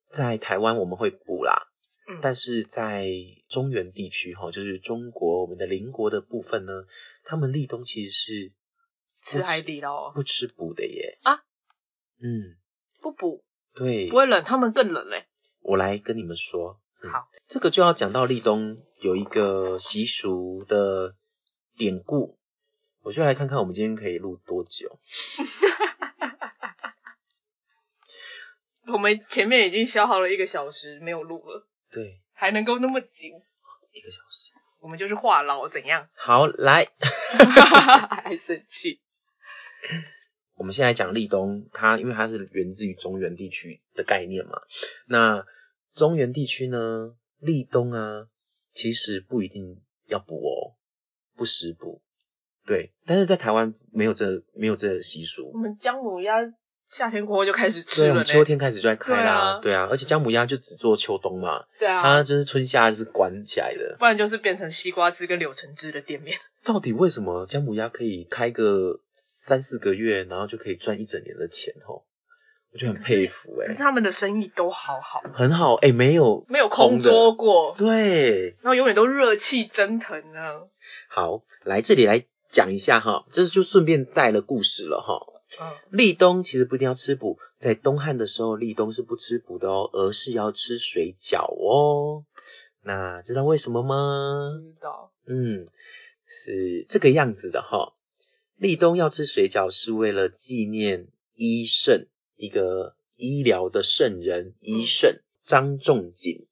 在台湾我们会补啦，
嗯
但是在中原地区哈，就是中国我们的邻国的部分呢，他们立冬其实是
吃海底捞哦
不吃补的耶
啊，
嗯，
不补
对，
不会冷，他们更冷嘞。
我来跟你们说。嗯
好，
这个就要讲到立冬有一个习俗的典故，我就来看看我们今天可以录多久。
我们前面已经消耗了一个小时没有录了，
对，
还能够那么久，
一个小时。
我们就是话痨怎 样？
好，来，
还生气？
我们现在讲立冬，它因为它是源自于中原地区的概念嘛。那中原地区呢，立冬啊，其实不一定要补哦，不食补。对，但是在台湾没有这没有这个习俗。
我们姜母鸭夏天过后就开始嗯吃
对，我
了
们
呢。
秋天开始就在开啦，
对
对啊，而且姜母鸭就只做秋冬嘛，
对啊，
它就是春夏是关起来的。
不然就是变成西瓜汁跟柳橙汁的店面。
到底为什么姜母鸭可以开个三四个月，然后就可以赚一整年的钱吼？我就很佩服哎、
可是他们的生意都好好，
很好哎、没有
没有空
的
桌过，
对，
然后永远都热气蒸腾啊呢。
好，来这里来讲一下哈，这就顺便带了故事了哈。
嗯，
立冬其实不一定要吃补，在东汉的时候，立冬是不吃补的哦，而是要吃水饺哦。那知道为什么吗？
知道。
嗯，是这个样子的哈。立冬要吃水饺是为了纪念医圣，一个医疗的圣人医圣张仲景。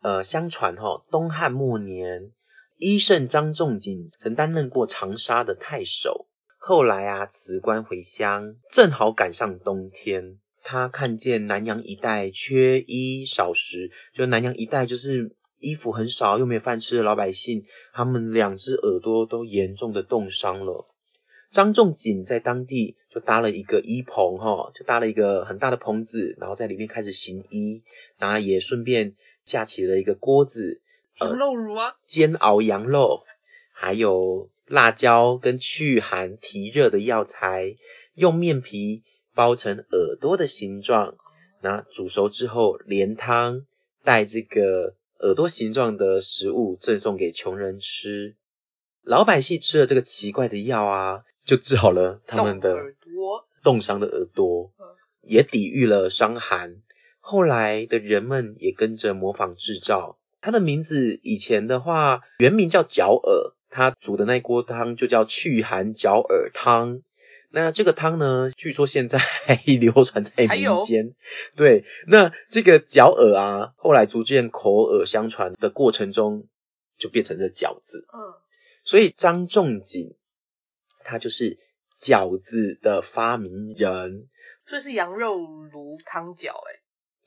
呃，相传哈，东汉末年，医圣张仲景曾担任过长沙的太守。后来啊，辞官回乡，正好赶上冬天。他看见南阳一带缺衣少食，就南阳一带就是衣服很少又没有饭吃的老百姓，他们两只耳朵都严重的冻伤了。张仲景在当地就搭了一个医棚，哈，就搭了一个很大的棚子，然后在里面开始行医，然后也顺便架起了一个锅子，呃
羊肉乳啊，
煎熬羊肉，还有辣椒跟祛寒提热的药材，用面皮包成耳朵的形状，那煮熟之后连汤带这个耳朵形状的食物赠送给穷人吃。老百姓吃了这个奇怪的药啊，就治好了他们
冻
的
耳朵。
冻伤的耳朵
嗯，
也抵御了伤寒。后来的人们也跟着模仿制造。它的名字以前的话，原名叫绞耳，它煮的那锅汤就叫祛寒绞耳汤。那这个汤呢，据说现在还 流传在
还有
民间。对，那这个饺饵啊，后来逐渐口耳相传的过程中，就变成了饺子。
嗯，
所以张仲景他就是饺子的发明人。
所以是羊肉炉汤饺，哎，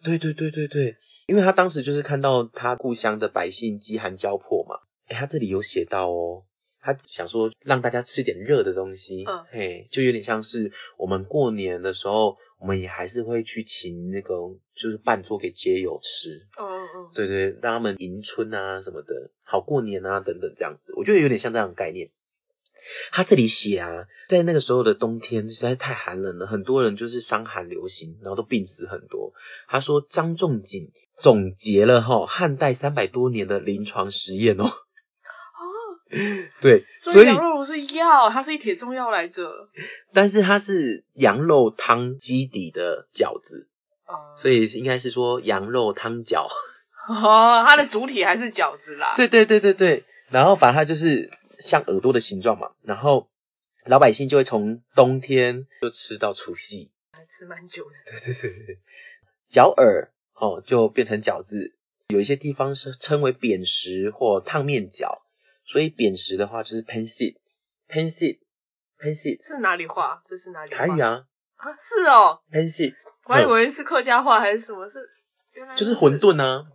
对对对对对，因为他当时就是看到他故乡的百姓饥寒交迫嘛，诶他这里有写到哦。他想说让大家吃点热的东西，
嗯
嘿，就有点像是我们过年的时候，我们也还是会去请那个就是办桌给街友吃，
嗯嗯
对对，让他们迎春啊什么的，好过年啊等等这样子，我觉得有点像这样的概念。他这里写啊，在那个时候的冬天实在太寒冷了，很多人就是伤寒流行，然后都病死很多。他说张仲景总结了哈、汉代三百多年的临床实验哦，
哦，
对，
所
所
以
以
羊肉炉是药，它是一帖中药来着，
但是它是羊肉汤基底的饺子，
啊、
所以是应该是说羊肉汤饺。
哦，它的主体还是饺子啦，
对对对对对，然后反正它就是像耳朵的形状嘛，然后老百姓就会从冬天就吃到除夕，
还吃蛮久的，
对对对对，饺饵哦就变成饺子，有一些地方是称为扁食或烫面饺，所以扁食的话就是 pan seed，pan seed，pan seed，
是哪里话？这是哪里话？
台语啊
啊，是哦，
pan seed
我还以为是客家话还是什么，是原来
就是馄，饨啊，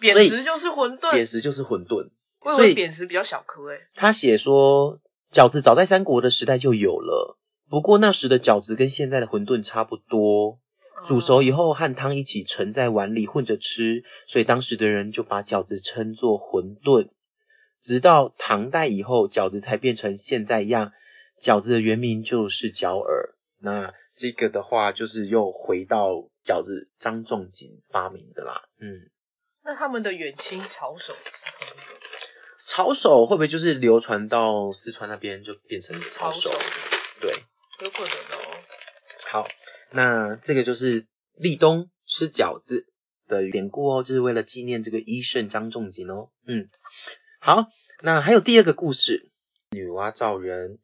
扁
所以
食就是馄
扁
饨，
食就是馄饨，
我以
所
为
以
扁食比较小颗诶，
他写说，饺子早在三国的时代就有了，不过那时的饺子跟现在的馄饨差不多，煮
嗯
熟以后和汤一起盛在碗里混着吃，所以当时的人就把饺子称作馄饨。直到唐代以后，饺子才变成现在一样，饺子的原名就是饺饵。那这个的话，就是又回到饺子张仲景发明的啦，嗯。
那他们的远亲炒手是同一个
抄手会不会就是流传到四川那边就变成抄
炒
手
手？，
对，
有可能哦。
好，那这个就是立冬吃饺子的典故哦，就是为了纪念这个医圣张仲景哦。嗯，好，那还有第二个故事，女娲造人，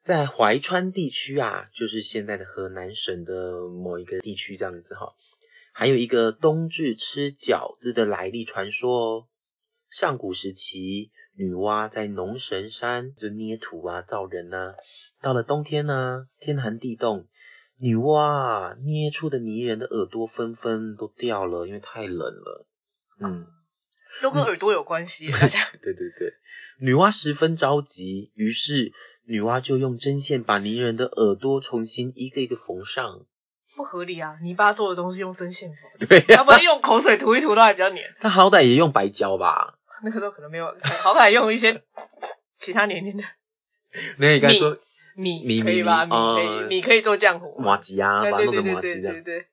在怀川地区啊，就是现在的河南省的某一个地区这样子哈、还有一个冬至吃饺子的来历传说哦。上古时期，女娲在农神山就捏土啊、造人呐、到了冬天呢、天寒地冻，女娲啊捏出的泥人的耳朵纷纷都掉了，因为太冷了。嗯，
都跟耳朵有关 系，大家
对对对，女娲十分着急，于是女娲就用针线把泥人的耳朵重新一个一个缝上。
不合理啊！泥巴做的东西用针线缝，
对呀、
要不然用口水涂一涂都还比较黏。
她好歹也用白胶吧？
那个时候可能没有，好歹用一些其他黏黏的
那你刚才说
米，
米
可以吧？
米
米可以，
哦
米可以做浆糊嘛。
麻吉啊，
对
把它
对
弄
对
成
对
麻吉
对
这样
对。对，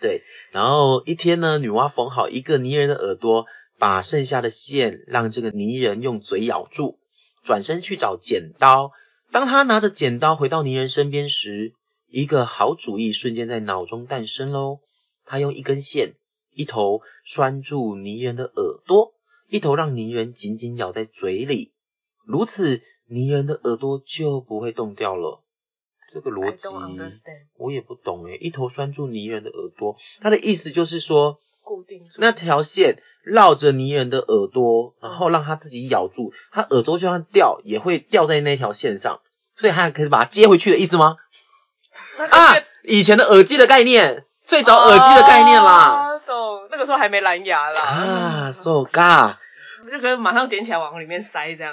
对，然后一天呢，女娲缝好一个泥人的耳朵，把剩下的线让这个泥人用嘴咬住，转身去找剪刀。当她拿着剪刀回到泥人身边时，一个好主意瞬间在脑中诞生喽。她用一根线，一头拴住泥人的耳朵，一头让泥人紧紧咬在嘴里，如此泥人的耳朵就不会冻掉了。这个逻
I
辑
don't understand
我也不懂欸诶，一头拴住泥人的耳朵，他的意思就是说
固定住
那条线绕着泥人的耳朵，然后让他自己咬住，他耳朵就算掉也会掉在那条线上，所以他还可以把它接回去的意思吗？
那个
啊
是，
以前的耳机的概念，最早耳机的概念啦。
啊懂？那个时候还没蓝牙啦，
啊，so ga，
就可以马上捡起来往里面塞这样。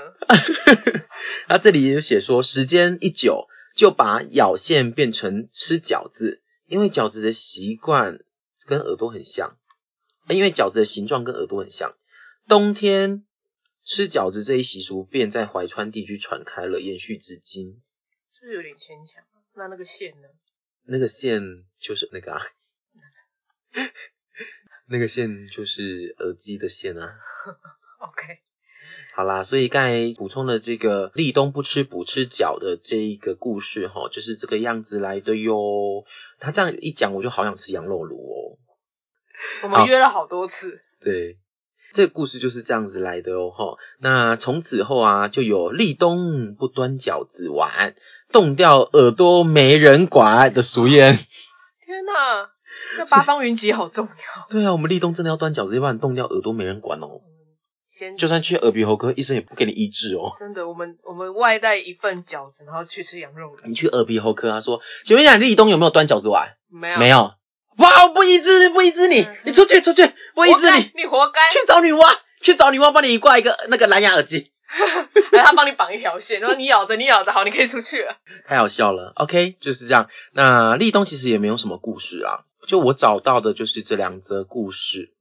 他这里也有写说，时间一久就把咬线变成吃饺子，因为饺子的习惯跟耳朵很像，呃因为饺子的形状跟耳朵很像。冬天吃饺子这一习俗便在怀川地区传开了，延续至今。
是不是有点牵强？啊那那个线呢？
那个线就是那个啊， 那个线就是耳机的线啊。
OK，
好啦，所以刚才补充的这个立冬不吃补吃饺的这一个故事哈，就是这个样子来的哟。他这样一讲，我就好想吃羊肉炉哦。
我
好
们约了好多次，
对，这个故事就是这样子来的哦，哈。那从此后啊，就有立冬不端饺子碗，冻掉耳朵没人管的俗谚。
天哪，那八方云集好重要。
对啊，我们立冬真的要端饺子，要不然冻掉耳朵没人管哦。
先
就算去耳鼻喉科，医生也不给你医治哦。
真的，我们我们外带一份饺子，然后去吃羊肉的，
你去耳鼻喉科，他说：“请问一下，立冬有没有端饺子碗？
没有
没，有。哇，我不医治，不医治你
嗯，
你出去，出去，不医
活
治
该
你，
你活该。
去找女娲，去找女娲帮你挂一个那个蓝牙耳机。”
然哎后他帮你绑一条线，然后你咬着，你咬着，好，你可以出去了。
太好笑了。OK，就是这样。那立冬其实也没有什么故事啊，就我找到的就是这两则故事。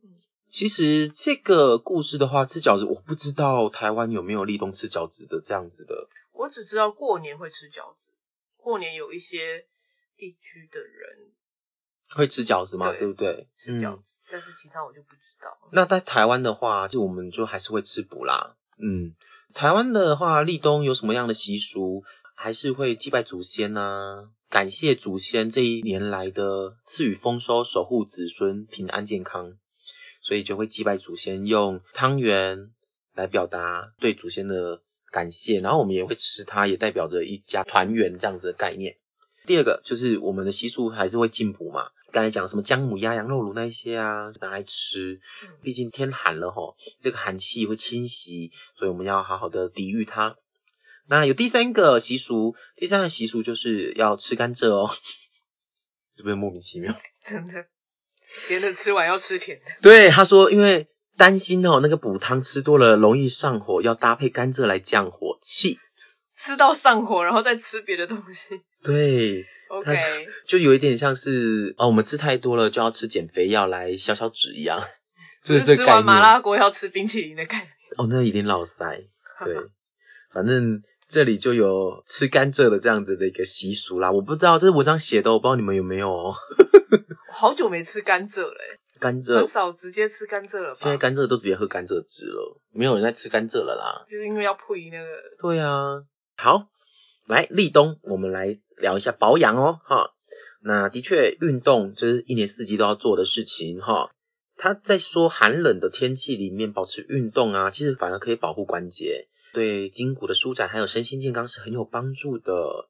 其实这个故事的话，吃饺子我不知道台湾有没有立冬吃饺子的这样子的。
我只知道过年会吃饺子，过年有一些地区的人
会吃饺子吗？
对
对不对？
吃饺
嗯。
子，但是其他我就不知道。
那在台湾的话，就我们就还是会吃补啦。嗯，台湾的话，立冬有什么样的习俗？还是会祭拜祖先呐、感谢祖先这一年来的赐予丰收，守护子孙平安健康。所以就会祭拜祖先，用汤圆来表达对祖先的感谢，然后我们也会吃它，也代表着一家团圆这样子的概念。第二个就是我们的习俗还是会进补嘛，刚才讲什么姜母鸭、羊肉炉那一些啊，拿来吃，毕竟天寒了吼，这个寒气会侵袭，所以我们要好好的抵御它。那有第三个习俗，第三个习俗就是要吃甘蔗哦，是不是莫名其妙？
真的，咸的吃完要吃甜的，
对，他说因为担心哦，那个补汤吃多了容易上火，要搭配甘蔗来降火气。
吃到上火，然后再吃别的东西。
对，
OK，
就有一点像是哦，我们吃太多了就要吃减肥药来消消脂一样， 就是这
吃
个概
完麻
念。
辣锅要吃冰淇淋的概念。
哦，那一定老塞。 对，反正这里就有吃甘蔗的这样子的一个习俗啦。我不知道这是文章写的哦，我不知道你们有没有哦。
我好久没吃甘蔗了、欸，
甘
很
蔗
少直接吃甘蔗了吧？
现在甘蔗都直接喝甘蔗汁了，没有人在吃甘蔗了啦。
就是因为要配那个
对啊，好，来立冬，我们来聊一下保养哦，哈。那的确，运动就是一年四季都要做的事情，哈。他在说寒冷的天气里面保持运动啊，其实反而可以保护关节，对筋骨的舒展还有身心健康是很有帮助的。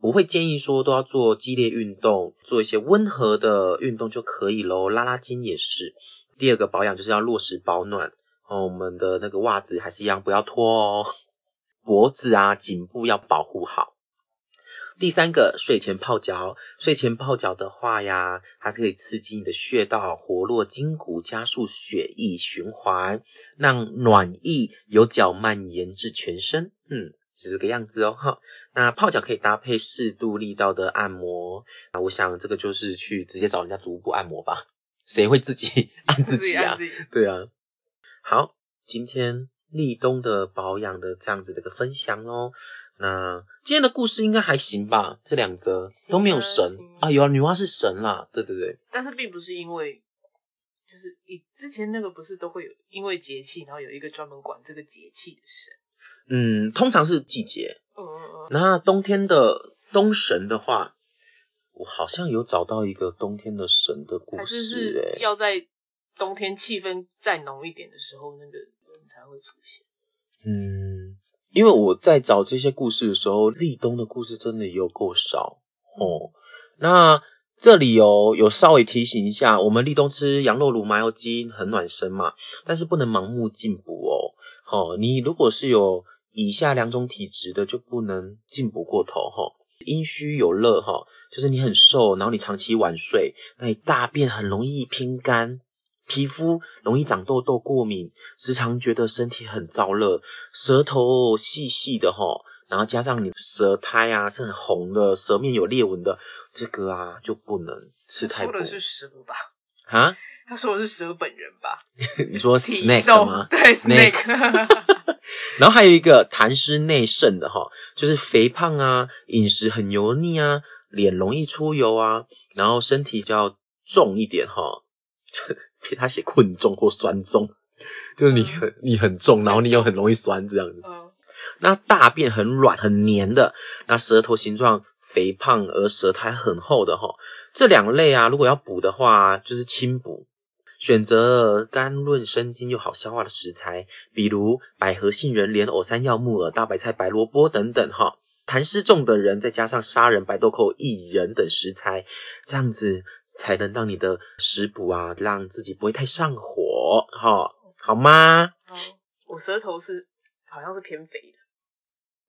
我会建议说都要做激烈运动，做一些温和的运动就可以喽，拉拉筋也是。第二个保养就是要落实保暖哦，我们的那个袜子还是一样不要脱哦。脖子啊、颈部要保护好。第三个，睡前泡脚。睡前泡脚的话呀，它是可以刺激你的穴道，活络筋骨，加速血液循环，让暖意由脚蔓延至全身。嗯，是这个样子哦。哈，那泡脚可以搭配适度力道的按摩。啊，我想这个就是去直接找人家足部按摩吧，谁会自己 按自己啊
按？自己。
对啊，好，今天立冬的保养的这样子的一个分享哦。那今天的故事应该还行吧？这两则
行啊
都没有神
行
啊，有啊，女娲是神啦，对对对，
但是并不是因为，就是以之前那个不是都会有因为节气，然后有一个专门管这个节气的神。
嗯，通常是季节。
嗯嗯嗯，
那冬天的冬神的话，我好像有找到一个冬天的神的故
还是
事欸
是
诶、
要在冬天气氛再浓一点的时候，那个人才会出现。
嗯，因为我在找这些故事的时候，立冬的故事真的有够少哦。那这里有有稍微提醒一下，我们立冬吃羊肉炉、麻油鸡很暖身嘛，但是不能盲目进补哦。哦，你如果是有以下两种体质的，就不能进补过头哈、哦。阴虚有热哈、就是你很瘦，然后你长期晚睡，那你大便很容易偏干，皮肤容易长痘痘、过敏，时常觉得身体很燥热，舌头细细的哈、然后加上你舌苔啊是很红的，舌面有裂纹的，这个啊就不能吃太
说
补
的是蛇吧？
啊。
他说的是蛇本人吧？
你说
体
snake 吗
重？对
Snake
snake，
然后还有一个痰湿内盛的哈，就是肥胖啊，饮食很油腻啊，脸容易出油啊，然后身体比较重一点哈， 他写困重或酸重，就是你很你很重，然后你又很容易酸这样子。
嗯，
那大便很软很黏的，那舌头形状肥胖而舌苔很厚的哈，这两类啊，如果要补的话，就是轻补。选择了甘润生津又好消化的食材，比如百合、杏仁、莲藕、山药、木耳、大白菜、白萝卜等等哈。痰湿重的人再加上砂仁、白豆蔻、薏仁等食材，这样子才能让你的食补啊，让自己不会太上火哈，好吗？
好，我舌头是好像是偏肥的，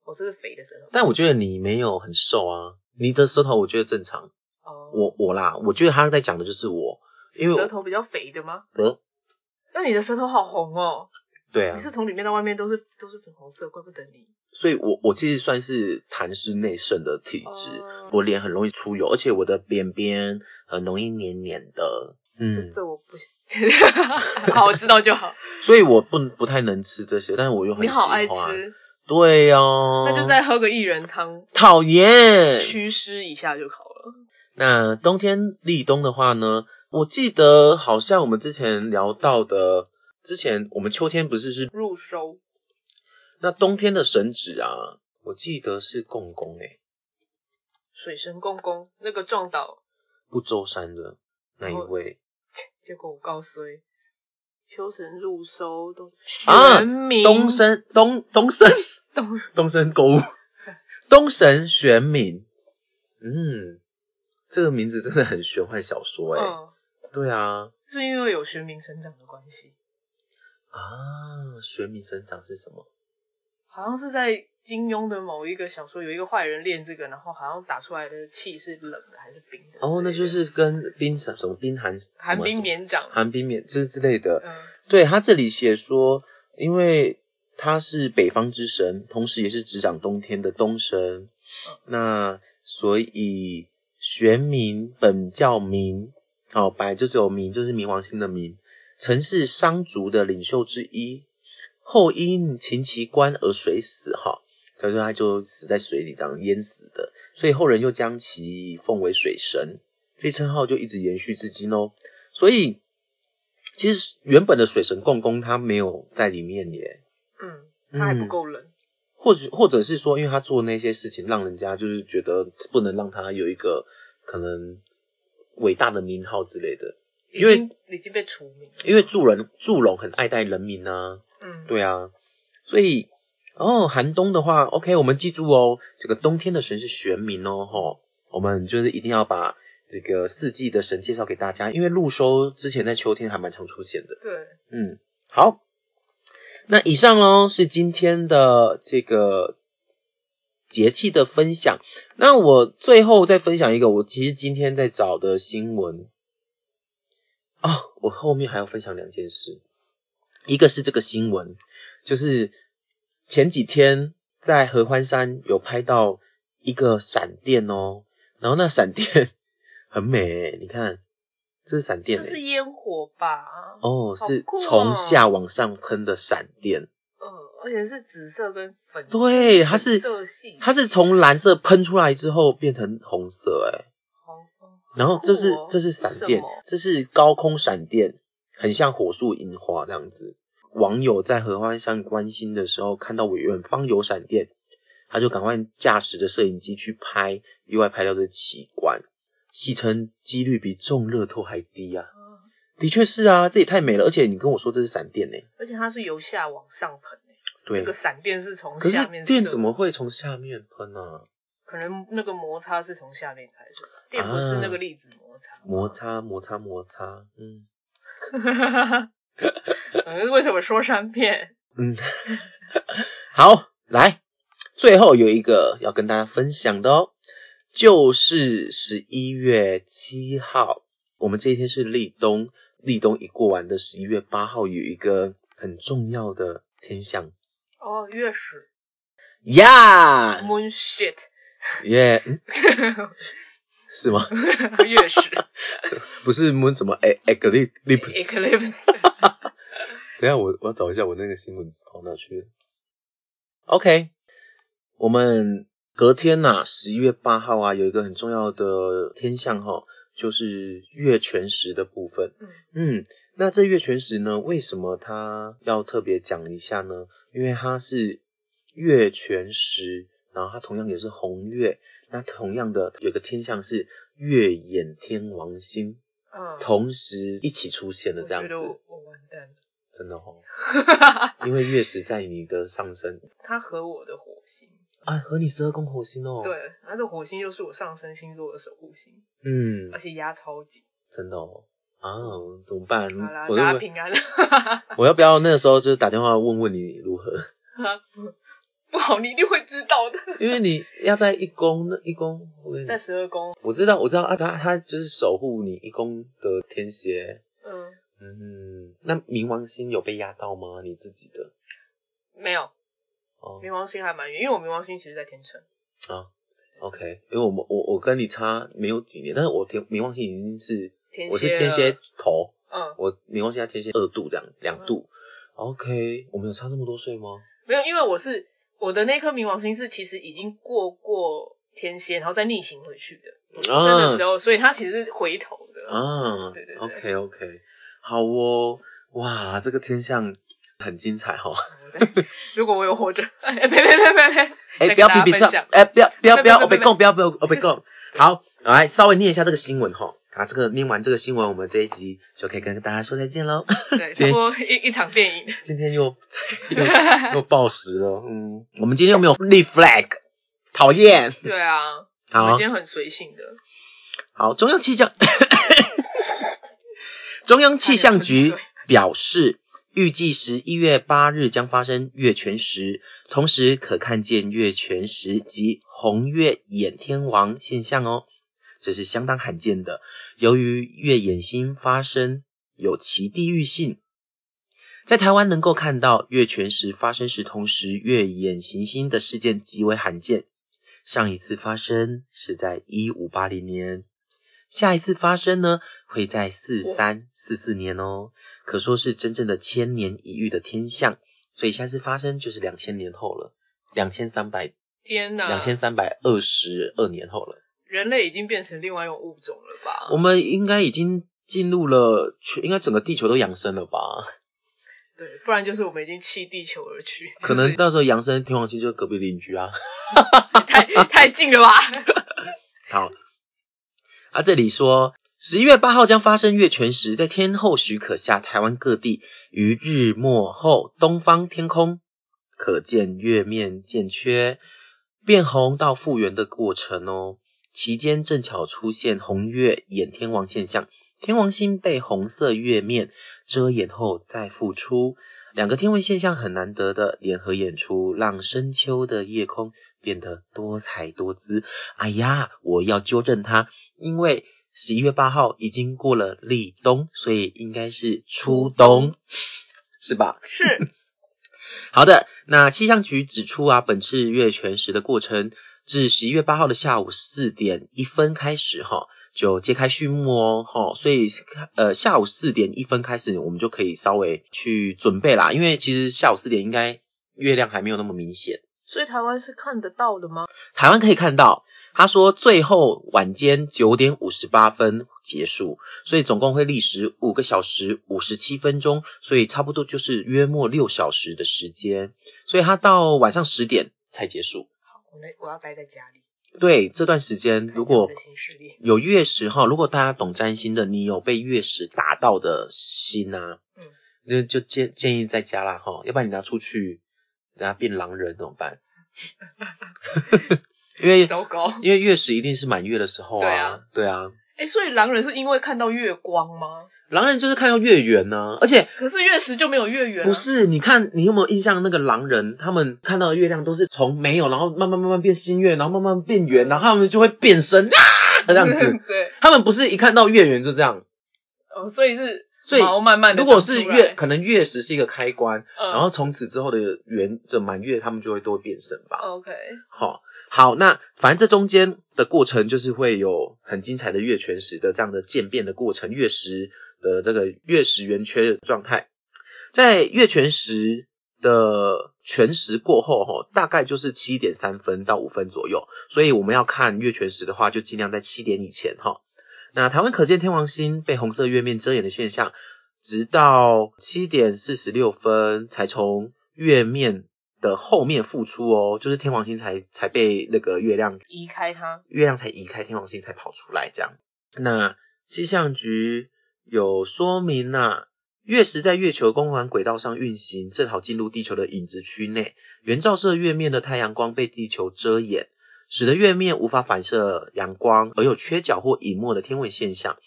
我这是肥的舌头。
但我觉得你没有很瘦啊，你的舌头我觉得正常。
哦，
我我啦，我觉得他在讲的就是我，因为
舌
我
头比较肥的吗？
得
那你的舌头好红哦，
对啊
你，是从里面到外面都是都是粉红色，怪不得你。
所以我我其实算是痰湿内盛的体质，
哦
我脸很容易出油，而且我的边边很容易黏黏的，
这
嗯，
这我不行。 好，我知道就好。
所以我不不太能吃这些，但是我又很
你好
喜
爱
欢，
吃，
对哦，
那就再喝个薏仁汤，
讨厌。
祛湿一下就好了。
那冬天立冬的话呢，我记得好像我们之前聊到的，之前我们秋天不是是
入收
那冬天的神指啊，我记得是共工欸诶、
水神公公那个撞倒，
不周山的那一
哦
位
结果我告衰。秋神入收都
啊
玄冥
东升东东升
东
东升购物，东神玄冥，嗯，这个名字真的很玄幻小说哎、
嗯，
对啊
是因为有玄冥生长的关系，
啊，玄冥生长是什么？
好像是在金庸的某一个小说有一个坏人练这个，然后好像打出来的气是冷的还是冰的之类的。
哦，那就是跟冰什什么冰寒什么
寒冰绵掌。
寒冰冕之之类的，
嗯，
对他这里写说，因为他是北方之神，同时也是执掌冬天的东神，那所以玄冥本叫冥，哦，本来就只有冥，就是冥王星的冥，曾是商族的领袖之一，后因秦其官而水死，哈、他说他就死在水里，这样淹死的，所以后人又将其奉为水神，这称号就一直延续至今哦。所以其实原本的水神共工他没有在里面耶，
嗯，它还不够冷。
或者或者是说，因为他做那些事情，让人家就是觉得不能让他有一个可能伟大的名号之类的，因为
已经已经被除名了。
因为祝人祝融很爱戴人民啊，
嗯，
对啊，所以哦，寒冬的话，OK，我们记住哦，这个冬天的神是玄冥哦，吼，我们就是一定要把这个四季的神介绍给大家，因为入收之前在秋天还蛮常出现的。
对，
嗯，好，那以上哦是今天的这个节气的分享。那我最后再分享一个，我其实今天在找的新闻哦，我后面还要分享两件事，一个是这个新闻，就是前几天在合欢山有拍到一个闪电哦，然后那闪电很美欸，你看，这是闪电、
这
欸，
是烟火吧？
哦，
好
是
酷哦
从下往上喷的闪电，
嗯，而且是紫色跟粉。
对，它是
粉色系。
它是从蓝色喷出来之后变成红色，哎，
好哦
然后这是
酷哦
这是闪
为什
电
么，
这是高空闪电，很像火树银花这样子。网友在合欢山观星的时候，看到远方有闪电，他就赶快驾驶着摄影机去拍，意外拍到这奇观，戏称几率比中乐透还低啊！
啊
的确是啊，这也太美了，而且你跟我说这是闪电呢、欸
而且它是由下往上喷欸，
对，
那个闪电是从
可
下
是
面射
电
的
怎么会从下面喷呢、啊？
可能那个摩擦是从下面开始的，电不是那个粒子摩擦，
啊 摩。擦，摩擦，摩擦，嗯
嗯，为什么说三遍？
嗯，好，来，最后有一个要跟大家分享的哦，就是十一月七号，我们这一天是立冬，立冬一过完的十一月八号有一个很重要的天象
哦，月食
呀，
，moon shit，
耶、嗯是吗？
月食
不是 moon 什么 e
哎
eclipse，
，eclipse，
等一下我我要找一下我那个新闻跑哪去了。OK，我们隔天呐、1十一月八号啊，有一个很重要的天象哈、就是月全食的部分。
嗯
嗯，那这月全食呢，为什么它要特别讲一下呢？因为它是月全食，然后它同样也是红月，那同样的有个天象是月掩天王星。
嗯，
同时一起出现的
我
这样
觉
子
得，我我完蛋了。
真的哦， 因为月食在你的上升
他和我的火星，
啊，和你十二宫火星哦，，
对，但是火星又是我上升星座的守护星，
嗯
而，且压超级。
真的哦，啊，怎么办
好啦，？
嗯我
大
要
家
不
平安。
我要不要那时候就是打电话问问你如何？
不好，你一定会知道的。
因为你要在一宫那一宫会不会，
在十二宫，
我知道我知道啊，他他就是守护你一宫的天蝎，
嗯，
嗯，那冥王星有被压到吗？你自己的
没有，
哦
冥王星还蛮远，因为我冥王星其实在天秤。
，OK，因为我们我我跟你差没有几年，但是我天冥王星已经是
天蝎
我是天蝎
了，
头，
嗯，
我冥王星在天蝎二度这样两度、o k 我们有差这么多岁吗？
没有，因为我是我的那颗冥王星是其实已经过过天蝎，然后再逆行回去的。我出嗯生的时候，所以它其实是回头的。
啊，
对对对
o k OK，好哦，哇，这个天象很精彩哈、哦。
我在如果我有活着， 哎，呸呸呸呸呸，
哎，
再
不要
跟
比比
大家
较
分享，
哎，不要不要不要，
不
我
要不
被
要
供，不要不要我被供。好，来稍微念一下这个新闻哈。啊，这个念完这个新闻，我们这一集就可以跟大家说再见喽。
对，差不多一一场电影。
今天 又又又报时了，嗯，我们今天又没有立 flag，讨厌。
对啊，我们
好
今天很随性的。
好，中央气象 中央气象
差点
局
喷水
表示，预计十一月八日将发生月全食，同时可看见月全食及红月眼天王现象哦，这是相当罕见的。由于月眼星发生有其地域性，在台湾能够看到月全食发生时同时月眼行星的事件极为罕见。上一次发生是在一五八零年，下一次发生呢会在四三四四年哦，可说是真正的千年一遇的天象。所以下次发生就是两千年后了，两千三百
天哪，
两千三百二十二年后了。
人类已经变成另外一种物种了吧？
我们应该已经进入了全，应该整个地球都养生了吧？
对，不然就是我们已经弃地球而去，
可能到时候养生天王星就是隔壁邻居啊。
太太 近了吧？
好，啊，这里说十一月八号将发生月全食，在天后许可下，台湾各地于日末后，东方天空可见月面渐缺、变红到复原的过程哦。期间正巧出现红月掩天王现象，天王星被红色月面遮掩后再复出，两个天文现象很难得的联合演出，让深秋的夜空变得多彩多姿。哎呀，我要纠正他，因为十一月八号已经过了立冬，所以应该是初冬，是吧？
是，
好的，那气象局指出啊，本次月全食的过程自十一月八号的下午四点一分开始哈，就揭开序幕哦哈，所以是呃下午四点一分开始，我们就可以稍微去准备啦，因为其实下午四点应该月亮还没有那么明显，
所以台湾是看得到的吗？
台湾可以看到。他说最后晚间九点五十八分结束，所以总共会历时五个小时五十七分钟，所以差不多就是约莫六小时的时间，所以他到晚上十点才结束。
我那我要待在家里。
对，这段时间如果
看一下我的新势力，
有月食哈，如果大家懂占星的，你有被月食打到的心啊，
嗯
就就建建议在家啦哈，要不然你拿出去，等下变狼人怎么办？ 因为
糟糕。
因为月食一定是满月的时候
对
啊
啊，
对啊，
哎、所以狼人是因为看到月光吗？
狼人就是看到月圆呢、而且
可是月食就没有月圆、啊。，
不，是，你看你有没有印象那个狼人，他们看到的月亮都是从没有，然后慢慢慢慢变新月，然后慢慢变圆，然后他们就会变身啊这样子
对，
他们不是一看到月圆就这样。
哦，所以是
所以
毛慢慢的。
如果是月，，可能月食是一个开关，
嗯、
然后从此之后的圆的满月，他们就会都会变身吧。
OK，
好，好，那反正这中间的过程就是会有很精彩的月全食的这样的渐变的过程，月食的这个月食圆缺的状态，在月全食的全食过后，哈，大概就是七点三分到五分左右，所以我们要看月全食的话，就尽量在七点以前，哈。那台湾可见天王星被红色月面遮掩的现象，直到七点四十六分才从月面的后面复出哦，就是天王星才才被那个月亮
移开它。
月亮才移开，天王星才跑出来这样。那气象局有说明呐、月食在月球公环轨道上运行，正好进入地球的影子区内，原照射月面的太阳光被地球遮掩，使得月面无法反射阳光，而有缺角或隐没的天文现象。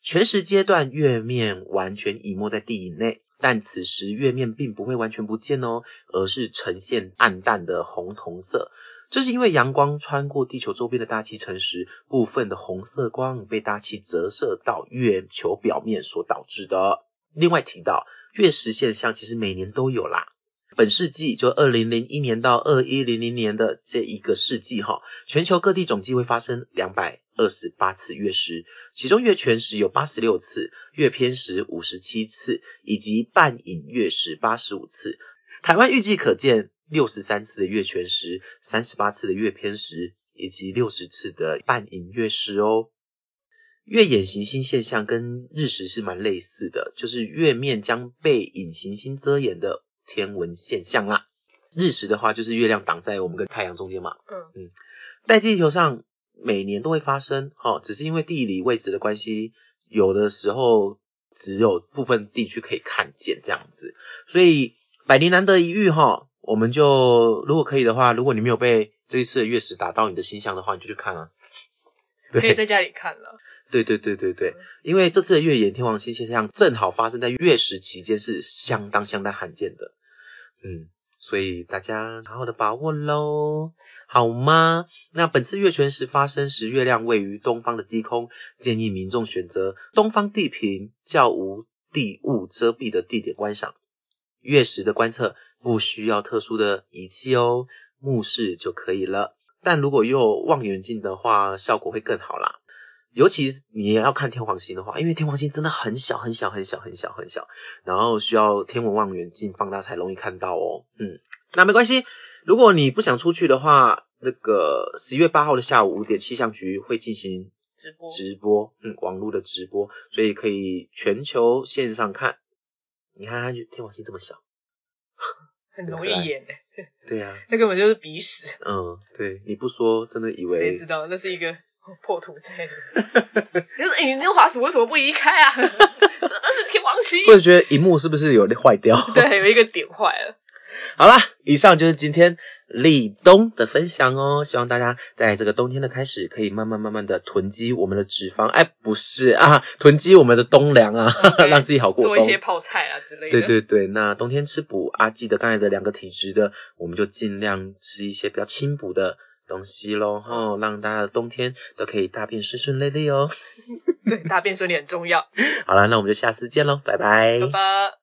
全食阶段，月面完全隐没在地影内，但此时月面并不会完全不见哦，而是呈现暗淡的红铜色。这是因为阳光穿过地球周边的大气层时，部分的红色光被大气折射到月球表面所导致的。另外提到，月食现象其实每年都有啦。本世纪就二零零一年到二一零零年的这一个世纪哈，全球各地总计会发生两百二十八次月食，其中月全食有八十六次，月偏食五十七次，以及半影月食八十五次。台湾预计可见六十三次的月全食、三十八次的月偏食，以及六十次的半影月食哦。月掩行星现象跟日食是蛮类似的，就是月面将被隐行星遮掩的天文现象啦。日食的话，就是月亮挡在我们跟太阳中间嘛，
嗯
在地球上每年都会发生，哈、只是因为地理位置的关系，有的时候只有部分地区可以看见这样子，所以百年难得一遇，哈、我们就如果可以的话，如果你没有被这一次的月食打到你的星象的话，你就去看啊。
可以
对
在家里看了。
对对对对对，因为这次的月掩天王星现象正好发生在月食期间，是相当相当罕见的。嗯，所以大家好好的把握喽，好吗？那本次月全食发生时，月亮位于东方的低空，建议民众选择东方地平较无地雾遮蔽的地点观赏。月食的观测不需要特殊的仪器哦，目视就可以了。但如果用望远镜的话，效果会更好啦。尤其你也要看天王星的话，因为天王星真的很小很小很小很小很小，然后需要天文望远镜放大才容易看到哦。嗯，那没关系，如果你不想出去的话，那个十月八号的下午五点，气象局会进行
直播
直播，嗯，网络的直播，所以可以全球线上看。你看它天王星这么小，
很容易演、欸，
对呀、
那根本就是鼻屎，
嗯，对，你不说真的以
谁
为
知道那是一个 破土之类的。 你说、欸、你那个滑鼠为什么不移开啊？ 那是天王星。
或者觉得荧幕是不是有坏掉？
对，有一个点坏了。
好啦，以上就是今天立冬的分享哦。希望大家在这个冬天的开始，可以慢慢慢慢的囤积我们的脂肪，哎，不是啊，囤积我们的冬粮啊，
OK，
让自己好过冬。
嗯做一些泡菜啊之类的。
对对对，那冬天吃补啊，记得刚才的两个体质的，我们就尽量吃一些比较轻补的东西喽，吼，让大家的冬天都可以大便顺顺利利哦。
对，大便顺利很重要。
好了，那我们就下次见喽，拜拜
拜拜。